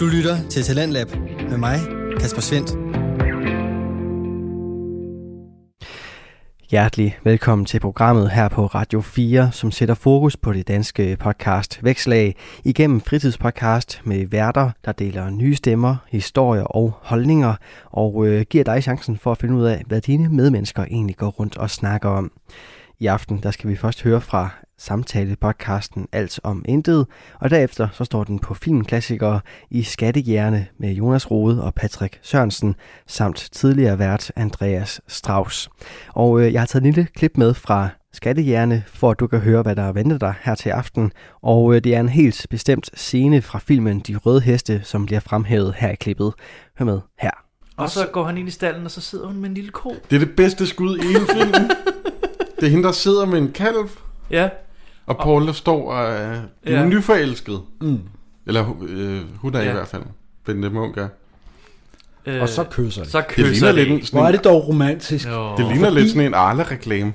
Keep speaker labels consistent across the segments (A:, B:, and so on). A: Du lytter til Talentlab med mig, Kasper Svendt.
B: Hjertelig velkommen til programmet her på Radio 4, som sætter fokus på det danske podcast Vækslag igennem fritidspodcast med værter, der deler nye stemmer, historier og holdninger, og øh, giver dig chancen for at finde ud af, hvad dine medmennesker egentlig går rundt og snakker om. I aften der skal vi først høre fra samtale-podcasten Alt om Intet, og derefter så står den på filmklassikere i Skattejerne med Jonas Rode og Patrick Sørensen, samt tidligere vært Andreas Strauss. Og øh, jeg har taget en lille klip med fra Skattejerne, for at du kan høre, hvad der venter dig her til aften. Og øh, det er en helt bestemt scene fra filmen De Røde Heste, som bliver fremhævet her i klippet. Hør med her.
C: Og så går han ind i stallen, og så sidder hun med en lille ko.
D: Det er det bedste skud i hele filmen. det er hende, der sidder med en kalv,
C: Ja,
D: og Paul, der står og er
C: Ja.
D: ja. nyforelsket. Mm. Eller øh, hun er ja.
C: Ja.
D: i hvert fald. Bente Munk er.
C: øh,
E: Og så kysser de.
C: så
D: Det
C: kysser
D: ligner
C: det.
D: lidt, en,
E: Hvor er
D: sådan,
E: det dog romantisk.
C: Jo.
D: det ligner lidt sådan en Arla-reklame.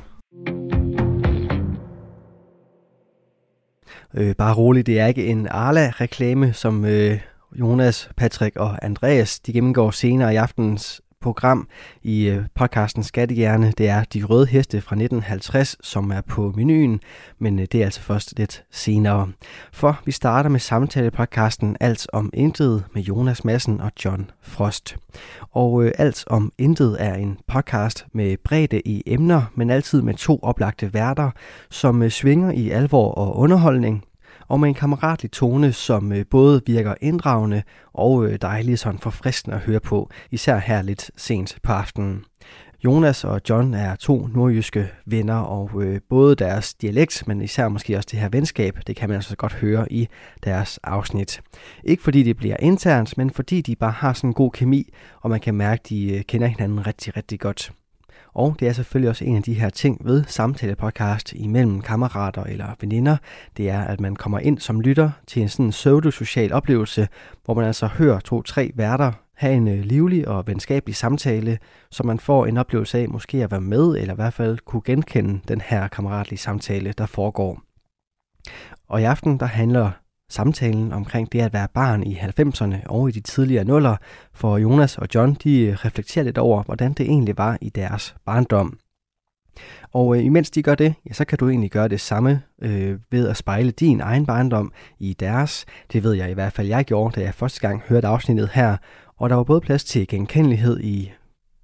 B: Øh, bare rolig, det er ikke en Arla-reklame, som øh, Jonas, Patrick og Andreas de gennemgår senere i aftens program i øh, podcasten Skattehjerne. Det er De Røde Heste fra 1950, som er på menuen, men øh, det er altså først lidt senere. For vi starter med samtalepodcasten Alt om Intet med Jonas Madsen og John Frost. Og øh, Alt om Intet er en podcast med bredde i emner, men altid med to oplagte værter, som øh, svinger i alvor og underholdning, og med en kammeratlig tone, som øh, både virker inddragende og øh, dejlig sådan forfriskende at høre på, især her lidt sent på aftenen. Jonas og John er to nordjyske venner, og øh, både deres dialekt, men især måske også det her venskab, det kan man altså godt høre i deres afsnit. Ikke fordi det bliver internt, men fordi de bare har sådan en god kemi, og man kan mærke, at de øh, kender hinanden rigtig, rigtig godt. Og det er selvfølgelig også en af de her ting ved samtalepodcast imellem kammerater eller veninder, det er, at man kommer ind som lytter til en sådan pseudo-social oplevelse, hvor man altså hører to-tre værter have en øh, livlig og venskabelig samtale, så man får en oplevelse af måske at være med, eller i hvert fald kunne genkende den her kammeratlige samtale, der foregår. Og i aften, der handler samtalen omkring det at være barn i 90'erne og i de tidligere nuller, for Jonas og John, de øh, reflekterer lidt over, hvordan det egentlig var i deres barndom. Og øh, imens de gør det, ja, så kan du egentlig gøre det samme øh, ved at spejle din egen barndom i deres. Det ved jeg i hvert fald, jeg gjorde, da jeg første gang hørte afsnittet her. Og der var både plads til genkendelighed i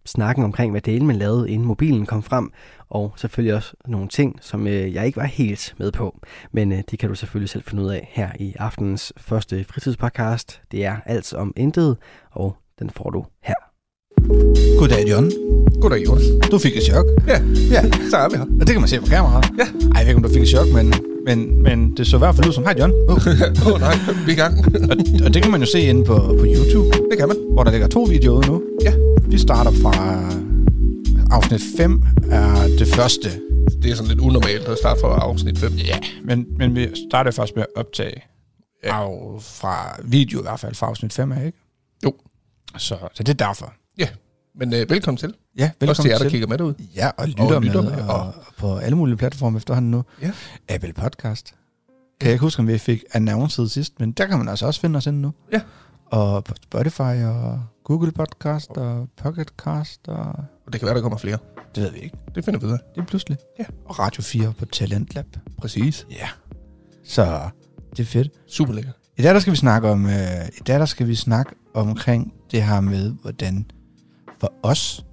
B: snakken omkring, hvad delen man lavede, inden mobilen kom frem, og selvfølgelig også nogle ting, som øh, jeg ikke var helt med på. Men øh, det kan du selvfølgelig selv finde ud af her i aftenens første fritidspodcast. Det er alt om intet, og den får du her.
F: Goddag, John.
G: Goddag, Jonas.
F: Du fik et chok,
G: Ja, ja, så er vi her.
F: og det kan man se på kameraet.
G: Ja.
F: Ej, jeg ved ikke, om du fik et chok, men, men, men det så i hvert fald ud som, hej John. Uh.
G: Åh oh, nej, vi er i gang.
F: og, og, det kan man jo se inde på, på YouTube,
G: Det kan man.
F: hvor der ligger to videoer ude nu.
G: Ja.
F: Vi starter fra afsnit 5 er det første.
G: Det er sådan lidt unormalt at starte fra afsnit 5.
F: Ja, men, men vi starter først med at optage
G: Ja.
F: af, fra video i hvert fald, fra afsnit 5 af, ikke?
G: Jo.
F: Så, så det er derfor.
G: Ja, men øh, velkommen til. Velkommen
F: Ja, velkommen
G: Også til jer, der
F: til.
G: kigger med derude.
F: Ja, og lytter, og lytter med, med og,
G: og-
F: og på alle mulige platforme efterhånden nu.
G: Ja.
F: Apple Podcast. Kan jeg ikke huske, om vi fik annonceret sidst, men der kan man altså også finde os inde nu.
G: Ja.
F: Og på Spotify og Google Podcast og Pocketcast og...
G: Og det kan være, der kommer flere.
F: Det ved vi ikke.
G: Det finder vi ud af.
F: Det er pludselig.
G: Ja.
F: Og Radio 4 på Talentlab.
G: Præcis.
F: Ja. Så det er fedt.
G: Super lækker.
F: I dag, der skal vi snakke om, øh, i dag, der skal vi snakke omkring det her med, hvordan for os,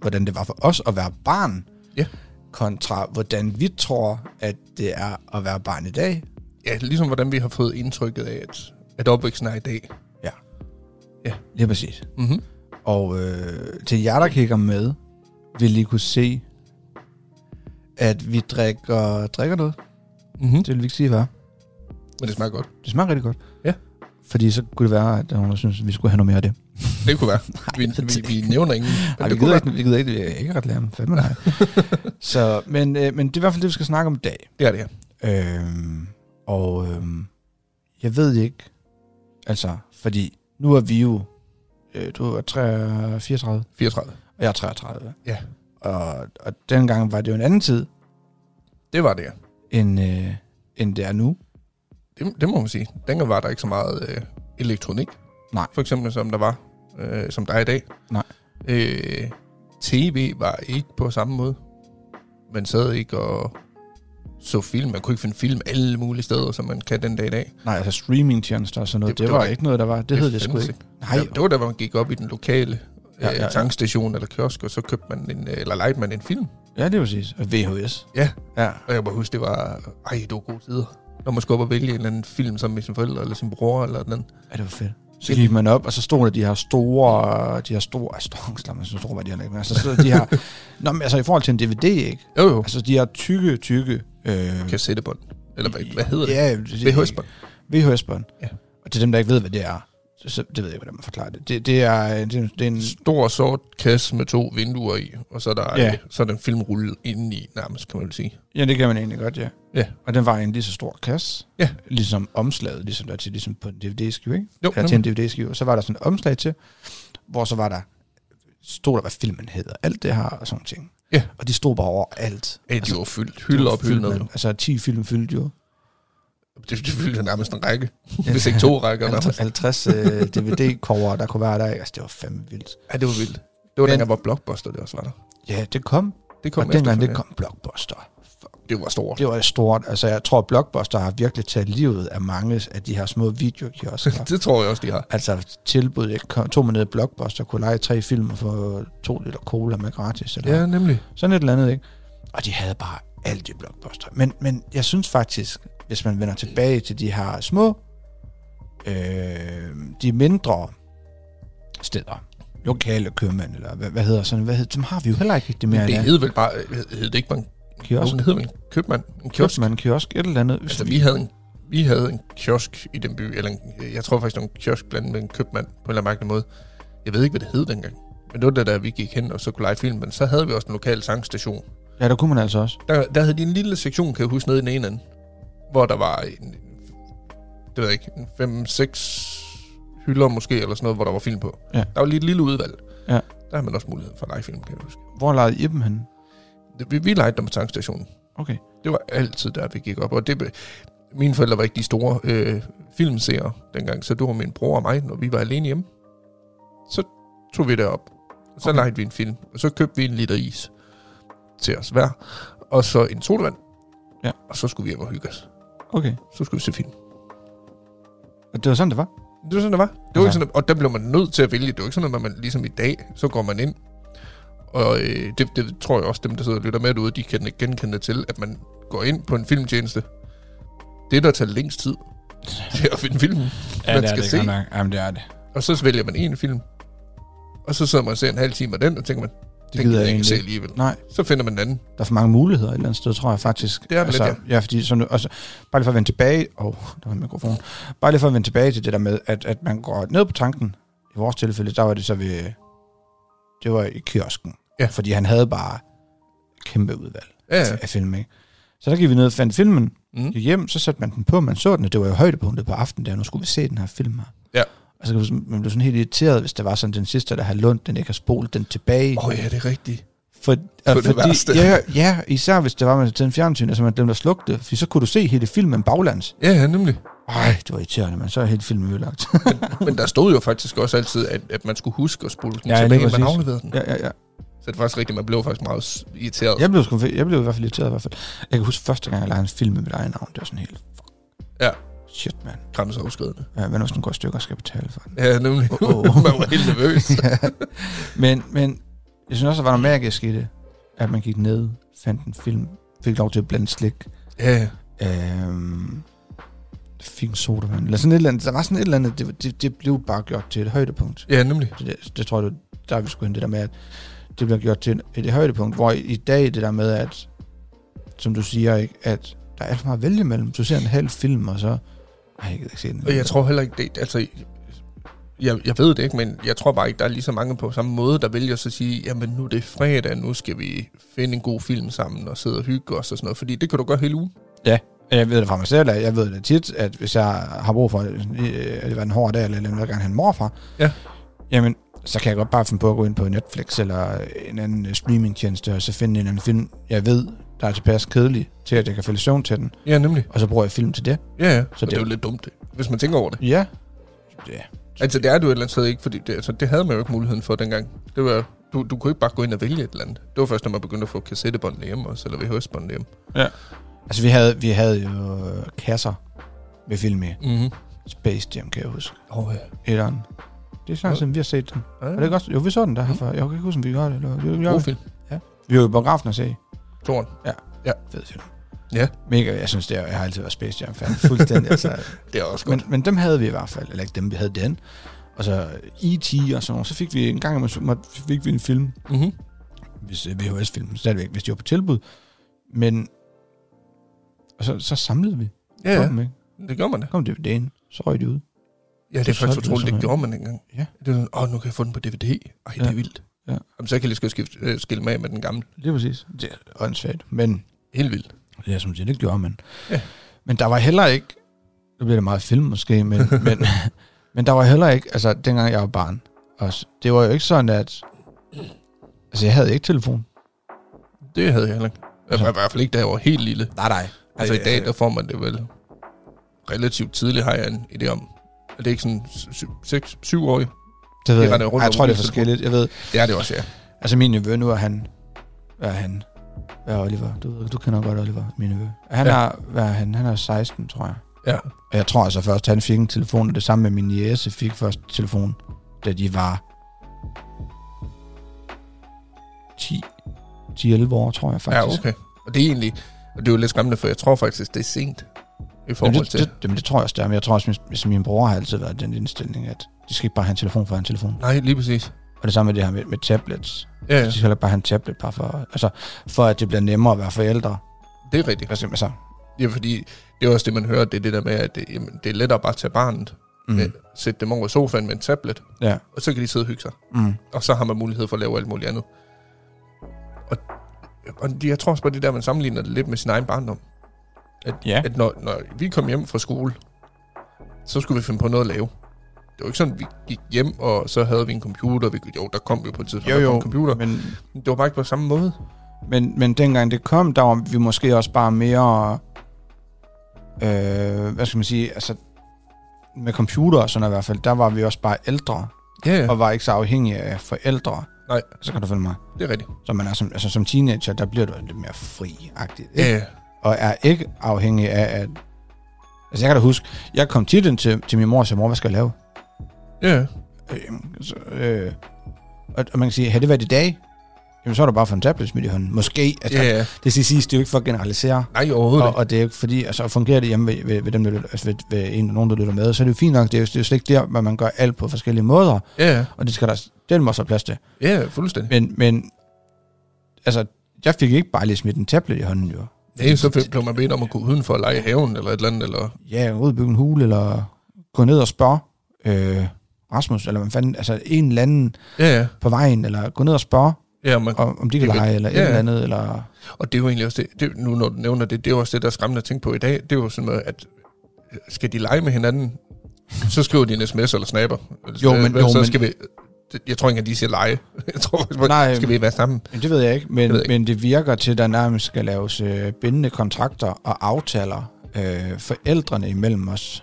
F: hvordan det var for os at være barn,
G: Ja.
F: kontra hvordan vi tror, at det er at være barn i dag.
G: Ja, ligesom hvordan vi har fået indtrykket af, at, at opvæksten er i dag.
F: Lige præcis.
G: Mm-hmm.
F: Og øh, til jer, der kigger med, vil I kunne se, at vi drikker, drikker noget.
G: Mm-hmm.
F: Det vil vi ikke sige, hvad.
G: Men det smager godt.
F: Det smager rigtig godt.
G: Ja.
F: Fordi så kunne det være, at der er nogen, der synes, at vi skulle have noget mere af det.
G: Det kunne være. Vi, vi, vi nævner ingen. Men
F: Ej,
G: det
F: vi,
G: kunne
F: gider ikke,
G: være.
F: vi gider ikke, vi er ikke ret lærer, fandme nej. så, men, øh, men det er i hvert fald det, vi skal snakke om i dag.
G: Det er det her.
F: Øhm, og øhm, jeg ved ikke, altså, fordi nu er vi jo, øh, du er 33, 34,
G: 34.
F: og jeg er 33.
G: Ja.
F: Og, og dengang var det jo en anden tid,
G: Det var det her.
F: end, øh, end det er nu.
G: Det, det må man sige. Dengang var der ikke så meget øh, elektronik.
F: Nej.
G: For eksempel som der var, øh, som der er i dag.
F: Nej.
G: Øh, TV var ikke på samme måde. Man sad ikke og så film. Man kunne ikke finde film alle mulige steder, som man kan den dag i dag.
F: Nej, altså streamingtjenester og sådan noget,
G: Det-
F: det,
G: det
F: det,
G: var
F: var,
G: ikke-
F: ikke noget, der var. Det, det hed det sgu
G: fandtes
F: ikke. Nej,
G: Ej, det var da, hvor man gik op i den lokale
F: Ja,
G: ja, ja,
F: ja,
G: ja.
F: ja.
G: tankstation eller kiosk, og så købte man en, øh, eller legede man en film.
F: ja, det er præcis. Og VHS.
G: Ja.
F: Ja.
G: Og jeg må huske, det var, ej, det var gode tider. Når man skulle op og vælge en eller anden film sammen med sine forældre, eller sin bror, eller den.
F: Ja, det var fedt. Så gik man op, og så stod der de her store... De her store... Altså, store, man så store var de heller ikke. Men altså, så de her... Nå, men altså, i forhold til en DVD, ikke?
G: Jo, jo.
F: Altså, de her tykke, tykke... Øh,
G: Kassettebånd. Eller hvad, hvad hedder det?
F: Ja, det,
G: VHS-bånd.
F: VHS-bånd.
G: Ja.
F: Ja. Og til dem, der ikke ved, hvad det er, så, så det ved jeg ikke, hvordan man forklarer det. Det, det, er, øh, det, er- det er en...
G: Stor sort kasse med to vinduer i, og så er der, ja.
F: Ja.
G: så er der en filmrulle indeni, nærmest, kan man vel sige.
F: Ja, det kan man egentlig godt, ja.
G: Ja.
F: Og den var en lige så stor kasse.
G: Ja.
F: Ligesom omslaget, ligesom der er til ligesom på en DVD-skive, ikke?
G: Jo,
F: Eller til en DVD-skive. Og så var der sådan et omslag til, hvor så var der stod der, hvad filmen hedder, alt det her og sådan ting.
G: Ja.
F: Og de stod bare over alt.
G: Ja, de
F: altså,
G: var fyldt. Hylde op, hylde ned.
F: med- Altså 10 film fyldt jo.
G: Det, det fyldte nærmest en række. Hvis ikke to rækker. nærmest.
F: 50 øh, DVD-cover, der kunne være der. ikke? Altså, det var fandme vildt.
G: Ja, det var vildt. Det var
F: Men-
G: dengang, hvor Blockbuster det også var der.
F: Ja, det kom.
G: Det kom
F: kom og dengang det
G: efterfølgende.
F: kom Blockbuster.
G: Det var stort.
F: Det var stort. Altså, jeg tror, Blockbuster har virkelig taget livet af mange af de her små videokiosker.
G: Det tror jeg også, de har.
F: altså, tilbud, jeg kom, tog mig ned i Blockbuster, kunne lege tre film og få to liter cola med gratis. Eller
G: Ja, nemlig.
F: Sådan et eller andet, ikke? Og de havde bare alt i Blockbuster. Men, men jeg synes faktisk, hvis man vender tilbage til de her små, øh, de mindre steder, lokale købmænd, eller hvad, hvad hedder sådan, hvad hedder, dem har vi jo heller ikke rigtig mere i
G: Det
F: dag.
G: hed vel bare, hed hed det ikke bare en kiosk?
F: Kiosk,
G: det hed vel en købmand? En kiosk?
F: kiosk, man, kiosk, et eller andet.
G: Altså, vi havde en vi havde en kiosk i den by, eller en, jeg tror faktisk, det var en kiosk blandet med en købmand på en eller anden mærkelig måde. Jeg ved ikke, hvad det hed dengang. Men det var det, der vi gik hen og så kunne lege film. Men så havde vi også en lokal sangstation.
F: Ja, der kunne man altså også.
G: Der, der havde de en lille sektion, kan jeg huske, nede i den ene ende, hvor der var en, det ved jeg ikke, en 5-6 hylder måske, eller sådan noget, hvor der var film på.
F: Ja.
G: Der var lige et lille udvalg.
F: Ja.
G: Der har man også mulighed for at lege film, kan jeg huske.
F: Hvor legede I dem henne?
G: Det- Vi, vi legede dem på tankstationen.
F: Okay.
G: Det var altid der, vi gik op. Og det, be- mine forældre var ikke de store øh, filmseere dengang, så det var min bror og mig, når vi var alene hjemme. Så tog vi det op. Så okay.
F: Okay.
G: legede vi en film, og så købte vi en liter is til os hver. Og så en sodavand.
F: Ja.
G: Og så skulle vi hjem og hygge os.
F: Okay.
G: Så skulle vi se film.
F: Og det var sådan, det var?
G: Det var sådan, det var. Det var ikke
F: Ja.
G: sådan, at- og der blev man nødt til at vælge. Det var ikke sådan, at man ligesom i dag, så går man ind. Og øh, det, det, tror jeg også, dem, der sidder og lytter med derude, de kan ikke genkende til, at man går ind på en filmtjeneste. Det, der tager længst tid, det er at finde filmen. Man skal se.
F: godt nok. Jamen, det er det.
G: Og så vælger man en film. Og så sidder man og ser en halv time af den, og tænker man, det
F: gider
G: gider jeg
F: jeg
G: ikke se
F: egentlig
G: alligevel.
F: Nej,
G: Så finder man en anden.
F: der er for mange muligheder et eller andet sted, tror jeg faktisk.
G: Det er der
F: altså,
G: lidt,
F: ja. fordi sådan, også, bare lige for at vende tilbage... Åh, oh, der var en mikrofon. Bare lige for at vende tilbage til det der med, at, at man går ned på tanken. I vores tilfælde, der var det så ved... Det var i kiosken.
G: Ja.
F: Fordi han havde bare kæmpe udvalg
G: Ja, ja.
F: ja. af film, ikke? Så der gik vi ned og fandt filmen.
G: Mm.
F: gik hjem, så satte man den på, man så den, og det var jo højdepunktet på aftenen, der nu skulle vi se den her film her.
G: Ja.
F: Og så kan du sådan- man blev sådan helt irriteret, hvis der var sådan den sidste, der havde lånt den, ikke har spolet den tilbage.
G: Åh oh, ja, det er rigtigt.
F: For, og
G: det værste.
F: ja, ja, især hvis det var, man havde taget en fjernsyn, og så man glemte at slukke det, for så kunne du se hele filmen baglands.
G: Ja, ja, nemlig.
F: Ej, det var irriterende, men så er hele filmen ødelagt.
G: Men der stod jo faktisk også altid, at, at man skulle huske at spole den
F: Ja, lige
G: ja, tilbage, man
F: præcis.
G: afleverede den.
F: ja, ja, ja.
G: Så det er faktisk rigtigt, man blev faktisk meget s- irriteret.
F: Jeg blev, sgu, jeg blev i hvert fald irriteret i hvert fald. Jeg kan huske første gang, jeg lejede en film med mit eget navn, det var sådan helt, fuck.
G: Ja.
F: Shit, mand.
G: grænseoverskridende.
F: Ja, hvad nu, hvis den går i stykker, og skal jeg betale for den?
G: Ja, nemlig.
F: Åh, åh.
G: man var helt nervøs.
F: Men, men jeg synes også, der var noget magisk i det, at man gik ned, fandt en film, fik lov til at blande slik,
G: ja,
F: øhm, fik en sodavand, eller sådan et eller andet. Der var sådan et eller andet, det, det, det blev bare gjort til et højdepunkt.
G: ja, nemlig.
F: Det, det, det tror jeg, det- der er vi skulle hen det der med, at det bliver gjort til et, et højdepunkt, hvor i, i dag det der med, at som du siger, ikke, at der er alt for meget at vælge imellem. Du ser en halv film, og så... Ej, jeg gider ikke se den.
G: Og jeg tror heller ikke, det, altså, jeg, jeg ved det ikke, men jeg tror bare ikke, der er lige så mange på samme måde, der vælger så at sige, jamen nu er det fredag, nu skal vi finde en god film sammen og sidde og hygge os og sådan noget, fordi det kan du gøre hele ugen.
F: Jeg ved det fra mig selv, og jeg ved det tit, at hvis jeg har brug for, øh, at det var en hård dag, eller jeg vil gerne have en morfar,
G: Ja.
F: jamen, så kan jeg godt bare finde på at gå ind på Netflix eller en anden øh, streamingtjeneste, og så finde en eller anden film, jeg ved, der er tilpas kedelig, til at jeg kan falde i søvn til den,
G: Ja, nemlig.
F: og så bruger jeg film til det.
G: Ja, ja. Så
F: Så
G: det, det
F: det-
G: er jo lidt dumt, det, hvis man tænker over det.
F: Ja. Ja.
G: Altså, det er du et eller andet sted ikke, fordi det, altså, det havde man jo ikke muligheden for dengang. Det var, du, du kunne ikke bare gå ind og vælge et eller andet. Det var først, når man begyndte at få kassettebåndene hjemme også, eller VHS-båndene hjemme.
F: Altså, vi havde, vi havde jo øh, kasser med film i.
G: Mm-hmm.
F: Space Jam, kan jeg huske.
G: Oh, ja.
F: Etteren. Det er snart siden, vi har set den.
G: Ja,
F: Er det ikke også? Jo, vi så den der herfor. Jeg kan ikke huske, om vi gør det. Eller, det
G: Mm. God
F: gjorde vi.
G: film.
F: vi var jo i biografen og se.
G: Toren.
F: Fed film.
G: Ja.
F: Mega, jeg synes, det er, jeg har altid været Space Jam-fan. Fuldstændig. altså,
G: Det er også godt.
F: men, men dem havde vi i hvert fald. Eller ikke dem, vi havde den. Og så E.T. og sådan noget. Så fik vi en gang, om fik vi en film,
G: Mm-hmm.
F: hvis øh, VHS-film stadigvæk, hvis de var på tilbud. Men og så, så samlede vi
G: Ja,
F: ja.
G: ja,
F: dem, ikke?
G: det gør man da.
F: Så kom DVD'en, så røg de ud.
G: Ja, det er
F: Det
G: faktisk
F: solgte vi
G: utroligt, det
F: simpelthen.
G: gjorde man engang.
F: Ja.
G: Det er sådan, åh, nu kan jeg få den på DVD. Ej, det
F: Ja.
G: er vildt.
F: Ja.
G: Jamen, så kan jeg lige skal skifte, øh, skille mig af med den gamle.
F: Lige præcis. Det er åndssvagt, men
G: Helt vildt.
F: det er som det, det gjorde man.
G: Ja.
F: Men der var heller ikke, nu bliver det meget film måske, men, men, men der var heller ikke, altså dengang jeg var barn, også, det var jo ikke sådan, at altså jeg havde ikke telefon.
G: Det havde jeg heller ikke. Jeg var i hvert fald ikke, da jeg var helt lille.
F: Nej, nej.
G: Altså i dag, der får man det vel relativt tidligt, har jeg en idé om. Er det ikke sådan 6-7 år?
F: det ved jeg,
G: det render
F: ikke.
G: rundt
F: Ej, jeg
G: om
F: tror, det er
G: huset.
F: forskelligt. Jeg ved,
G: Det er det også, ja.
F: Altså min nevø nu er han... Hvad er han? Hvad er Oliver? Du, ved- du kender godt Oliver, min nevø. Han
G: Ja.
F: ja. er, hvad er han? Han er 16, tror jeg.
G: Ja.
F: Og jeg tror altså først, han fik en telefon, og det samme med min jæse fik først telefon, da de var 10, 10-11 år, tror jeg faktisk.
G: Ja, okay. Og det er egentlig, og det er jo lidt skræmmende, for jeg tror faktisk, det er sent i forhold
F: Jamen, det,
G: til...
F: det, jamen, det tror jeg også, det er. Men jeg tror også, min, min bror har altid været den indstilling, at de skal ikke bare have en telefon for at have en telefon.
G: Nej, lige præcis.
F: Og det samme med det her med, med tablets.
G: Ja,
F: Ja.
G: ja.
F: De skal heller ikke bare have en tablet, bare for, altså, for at det bliver nemmere at være forældre.
G: det er rigtigt.
F: Altså, altså,
G: Ja, fordi det er også det, man hører, det er det der med, at det, jamen, det er lettere bare at tage barnet,
F: mm,
G: mm. sætte dem over i sofaen med en tablet,
F: Ja.
G: og så kan de sidde og hygge sig.
F: mm.
G: Og så har man mulighed for at lave alt muligt andet. Og, og de- jeg tror også bare, det er der, man sammenligner det lidt med sin egen barndom.
F: Ja.
G: at når, når vi kom hjem fra skole, så skulle vi finde på noget at lave. Det var ikke sådan, at vi gik hjem, og så havde vi en computer. Vi, jo, der kom vi på et tidspunkt
F: Jo,
G: der kom
F: jo,
G: en computer.
F: men,
G: Men det var bare ikke på samme måde.
F: men, men dengang det kom, der var vi måske også bare mere, øh, hvad skal man sige, altså med computer og sådan noget i hvert fald, der var vi også bare ældre,
G: Ja, ja.
F: ja. og var ikke så afhængige af forældre.
G: Nej.
F: Så kan du følge mig.
G: det er rigtigt.
F: Så man er som, altså, som teenager, der bliver du lidt mere fri-agtigt.
G: Ja,
F: ikke?
G: ja.
F: og er ikke afhængig af, at... Altså, jeg kan da huske, jeg kom tit ind til, til min mor og sagde, mor, hvad skal jeg lave?
G: ja. ja.
F: Øh, jamen, så, øh, og, og man kan sige, havde det været i dag, jamen, så er der bare for en tablet smidt i hånden. Måske. Altså,
G: ja, ja.
F: Det skal siges, det er jo ikke for at generalisere.
G: Nej, overhovedet
F: Og,
G: og, og,
F: og det er jo ikke fordi, altså fungerer det hjemme ved, ved, ved, dem, der lytter, altså ved, ved en, nogen, der lytter med, så er det jo fint nok, det er jo, det er jo slet ikke der, hvor man gør alt på forskellige måder,
G: Ja, ja.
F: og det skal der den må så plads til.
G: ja, ja, fuldstændig.
F: Men, men altså, jeg fik ikke bare lige smidt en tablet i hånden, jo.
G: Ja, så blev- blev man bedt om at gå udenfor og lege i haven eller et eller andet. Eller,
F: ja, ud og bygge en hule, eller gå ned og spørge øh, Rasmus, eller hvad fanden, altså en eller anden
G: ja, ja.
F: på vejen, eller gå ned og spørge,
G: ja man,
F: om, om de kan
G: Det er
F: lege, eller
G: rigtigt.
F: ja. et
G: Ja, ja.
F: eller andet, eller...
G: og det er jo egentlig også det, det, nu når du nævner det, det er jo også det, der er skræmmende at tænke på i dag. Det er jo sådan noget, at øh, skal de lege med hinanden, så skriver de en sms eller snapper. Altså, øh,
F: Jo, men-
G: Hvad
F: jo,
G: så
F: men-
G: skal vi... Jeg tror ikke, at de siger lege. Jeg tror faktisk, bare,
F: Nej,
G: skal vi være sammen?
F: men det ved jeg ikke, men,
G: Det ved
F: det,
G: jeg
F: men det virker til, at der nærmest skal laves øh, bindende kontrakter og aftaler øh, forældrene imellem os,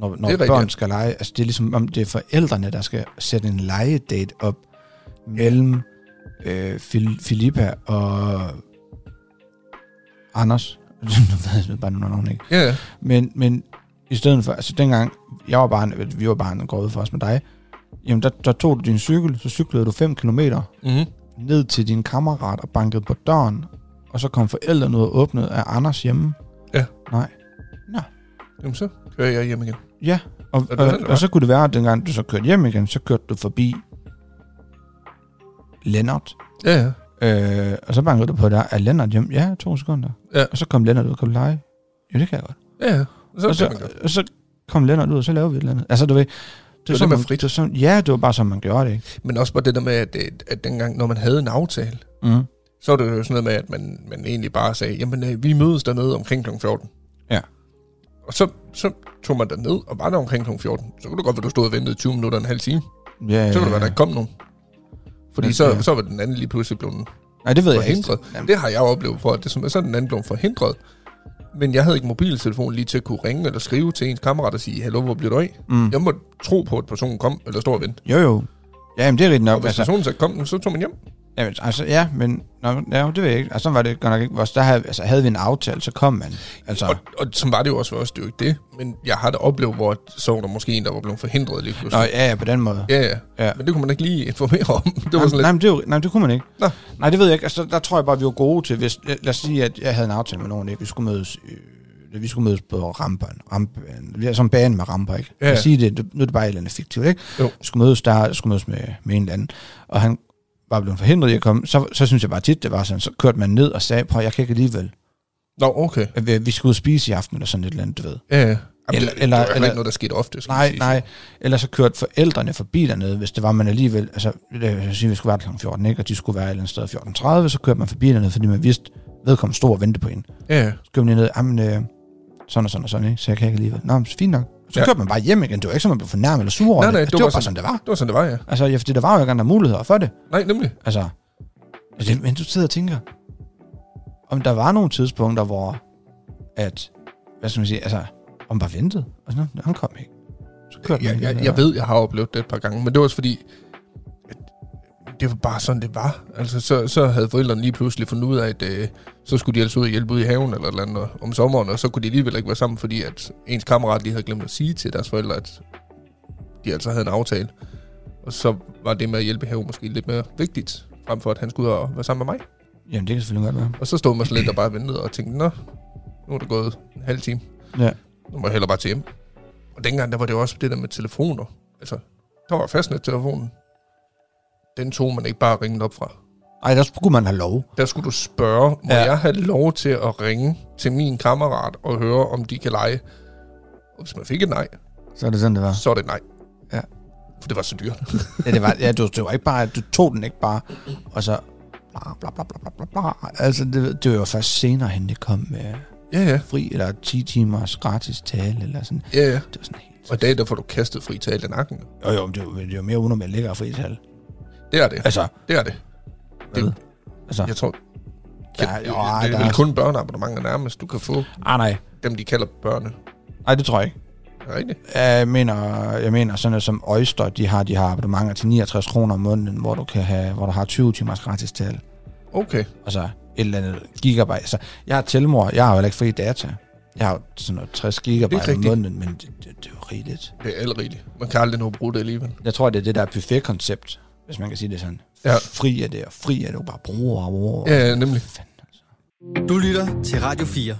F: når, når
G: rigtigt,
F: børn
G: ja.
F: skal lege. Altså, det er ligesom, om det er forældrene, der skal sætte en legedate op mellem øh, Fil- Filippa og Anders. nu ved jeg bare nu, når nogen ikke.
G: Ja, ja.
F: Men, men i stedet for, altså dengang, jeg var barn, vi var barn og går ud for os med dig, jamen der, der tog du din cykel, så cyklede du 5 km
G: Mm-hmm.
F: ned til din kammerat og bankede på døren, og så kom forældrene ud og åbnede af Anders hjemme.
G: Jamen, så kører jeg hjem igen.
F: Ja, og,
G: det
F: og,
G: sådan,
F: og,
G: det var?
F: og så kunne det være, at dengang du så kørte hjem igen, så kørte du forbi Lennart,
G: Ja, ja.
F: øh, og så bankede du på der, er Lennart hjem? Ja, to sekunder.
G: Ja.
F: Og så kom Lennart ud og kom lege. Jo, det kan jeg godt.
G: ja, ja. Så,
F: og,
G: så,
F: så, og så kom Lennart ud, og så lavede vi et eller andet. Altså, du ved... Det,
G: lidt
F: sådan,
G: mere
F: man-
G: frit.
F: Det var sådan, ja, det var bare sådan, man gjorde det, ikke?
G: Men også bare det der med, at, øh, at dengang, når man havde en aftale,
F: Mm.
G: så var det jo sådan noget med, at man, man egentlig bare sagde, jamen øh, vi mødes dernede omkring kl. 14.
F: Ja.
G: Og så, så tog man derned og var der omkring kl. 14. Så kunne det godt være, du stod og ventede 20 minutter og en halv time.
F: Ja,
G: Så kunne det være, der ikke kom nogen. Fordi
F: Men,
G: så,
F: ja.
G: så var den anden lige pludselig blevet
F: Nej, det ved jeg ikke.
G: forhindret. Jamen, det har jeg oplevet for, at det, som er sådan, den anden blev forhindret. Men jeg havde ikke mobiltelefon lige til at kunne ringe eller skrive til ens kammerat og sige, hallo, hvor bliver du af?
F: Mm.
G: Jeg måtte tro på, at personen kom eller stod og vente.
F: Jo, jo. Jamen, det er rigtigt
G: Og
F: nok.
G: hvis personen så kom, så tog man hjem.
F: Jamen, altså, ja, men nå, ja, det ved jeg ikke. Altså, sådan var det godt nok ikke. Vores, der havde, altså, havde vi en aftale, så kom man. Altså,
G: Og, og sådan var det jo også for os, det er jo ikke det. Men jeg har da oplevet, hvor så var der måske en, der var blevet forhindret lige
F: nå,
G: pludselig.
F: ja, ja, på den måde.
G: Ja, ja,
F: Ja.
G: ja. Men det kunne man ikke lige informere om. Det var
F: nej,
G: sådan lidt,
F: nej, men det, er jo- nej, men det kunne man ikke.
G: Nå.
F: Nej, det ved jeg ikke. Altså, der tror jeg bare, vi var gode til, hvis, lad os sige, at jeg havde en aftale med nogen, ikke? Vi skulle mødes, øh, vi skulle mødes på rampen. rampen. Vi er sådan en bane med ramper, ikke?
G: Ja.
F: Ja. Jeg sige det, det- nu er det bare et eller andet fiktivt, ikke?
G: Jo.
F: Vi skulle mødes der, skulle mødes med, med en eller anden, og han var blevet forhindret i at komme, så, så synes jeg bare tit, det var sådan, så kørte man ned og sagde, prøv, jeg kan ikke alligevel.
G: Nå, okay.
F: at Vi, vi skal ud og spise i aften, eller sådan et eller andet, du ved.
G: Ja, ja. Jamen,
F: Eller-
G: eller, det,
F: eller-
G: eller, det var eller,
F: eller-
G: ikke noget, der skete ofte, skal man
F: Nej,
G: sige.
F: nej. Ellers så kørte forældrene forbi dernede, hvis det var, man alligevel... Altså, det vil sige, vi skulle være der kl. 14, ikke? Og de skulle være et eller andet sted 14.30, så kørte man forbi dernede, fordi man vidste, vedkommende stod og ventede på en.
G: Ja, ja.
F: Så kørte man lige ned, jamen, øh, sådan og sådan og sådan, ikke? Så jeg kan ikke alligevel. Nå, men fint nok. Så
G: Ja.
F: ja. kørte man bare hjem igen. Det var ikke sådan, man blev fornærmet eller sur over
G: Nej, nej,
F: det. det, var bare sådan, det var.
G: Det var sådan, det var, ja.
F: Altså, ja, fordi der var jo ikke andre muligheder for det.
G: Nej, nemlig.
F: Altså, altså, men du sidder og tænker, om der var nogle tidspunkter, hvor at, hvad skal man sige, altså, om man bare ventede, og sådan, "Nå, han kom ikke. Så kørte man
G: Jeg,
F: igen,
G: jeg,
F: eller
G: jeg ved, jeg har oplevet det et par gange, men det var også fordi, at det var bare sådan, det var. Altså, så, så havde forældrene lige pludselig fundet ud af, at øh, så skulle de altså ud og hjælpe ude i haven eller et eller andet om sommeren, og så kunne de alligevel ikke være sammen, fordi at ens kammerat lige havde glemt at sige til deres forældre, at de altså havde en aftale. Og så var det med at hjælpe i haven måske lidt mere vigtigt, frem for at han skulle ud og være sammen med mig.
F: Jamen, det kan selvfølgelig godt være.
G: Og så stod man sådan lidt og bare ventede og tænkte, nå, nu er det gået en halv time.
F: Ja.
G: Nu må jeg hellere bare til hjem. Og dengang, der var det jo også det der med telefoner. Altså, der var fastnettelefonen. Den tog man ikke bare ringen op fra.
F: Ej, der skulle man have lov.
G: Der skulle du spørge, må ja.
F: Ja.
G: jeg have lov til at ringe til min kammerat og høre, om de kan lege? Og hvis man fik et nej,
F: Så er det sådan, det var.
G: så er det et nej.
F: Ja.
G: For det var så dyrt.
F: Ja, det var, ja, du, det var ikke bare, du tog den ikke bare, og så bla bla bla bla bla bla, bla. Altså, det, det var jo først senere hen, det kom med
G: ja, ja.
F: fri, eller 10 timers gratis tale, eller sådan.
G: ja, ja.
F: Det var sådan helt...
G: Og i dag, der får du kastet fri tale i nakken.
F: Jo, jo, men det er jo, det er jo mere unormalt lækker fri tale.
G: Det er det.
F: Altså,
G: Det er det.
F: hvad ved? Altså,
G: Jeg tror,
F: der,
G: Ja,
F: er-
G: det,
F: jo,
G: det,
F: ej,
G: det
F: der
G: er vel
F: er...
G: kun børneabonnementer nærmest, du kan få
F: Ah, nej.
G: dem, de kalder børne.
F: Nej, det tror jeg ikke.
G: Er det rigtigt?
F: Jeg mener, jeg mener sådan noget som Oyster, de har, de har abonnementer til 69 kroner om måneden, hvor du, kan have, hvor du har 20 timers gratis tale.
G: Okay.
F: altså et eller andet gigabyte. Altså, jeg har telmor, jeg har jo heller ikke fri data. Jeg har jo sådan noget 60 gigabyte om
G: rigtigt.
F: måneden, men det, det, det, er jo rigeligt.
G: Det er alt rigeligt. Man kan aldrig nå at bruge det alligevel.
F: Jeg tror, det er det der buffet-koncept, hvis man kan sige det sådan.
G: Ja.
F: Fri er det, og fri er det jo bare bruger og bruger. altså?
G: Ja, nemlig.
A: Du lytter til Radio 4.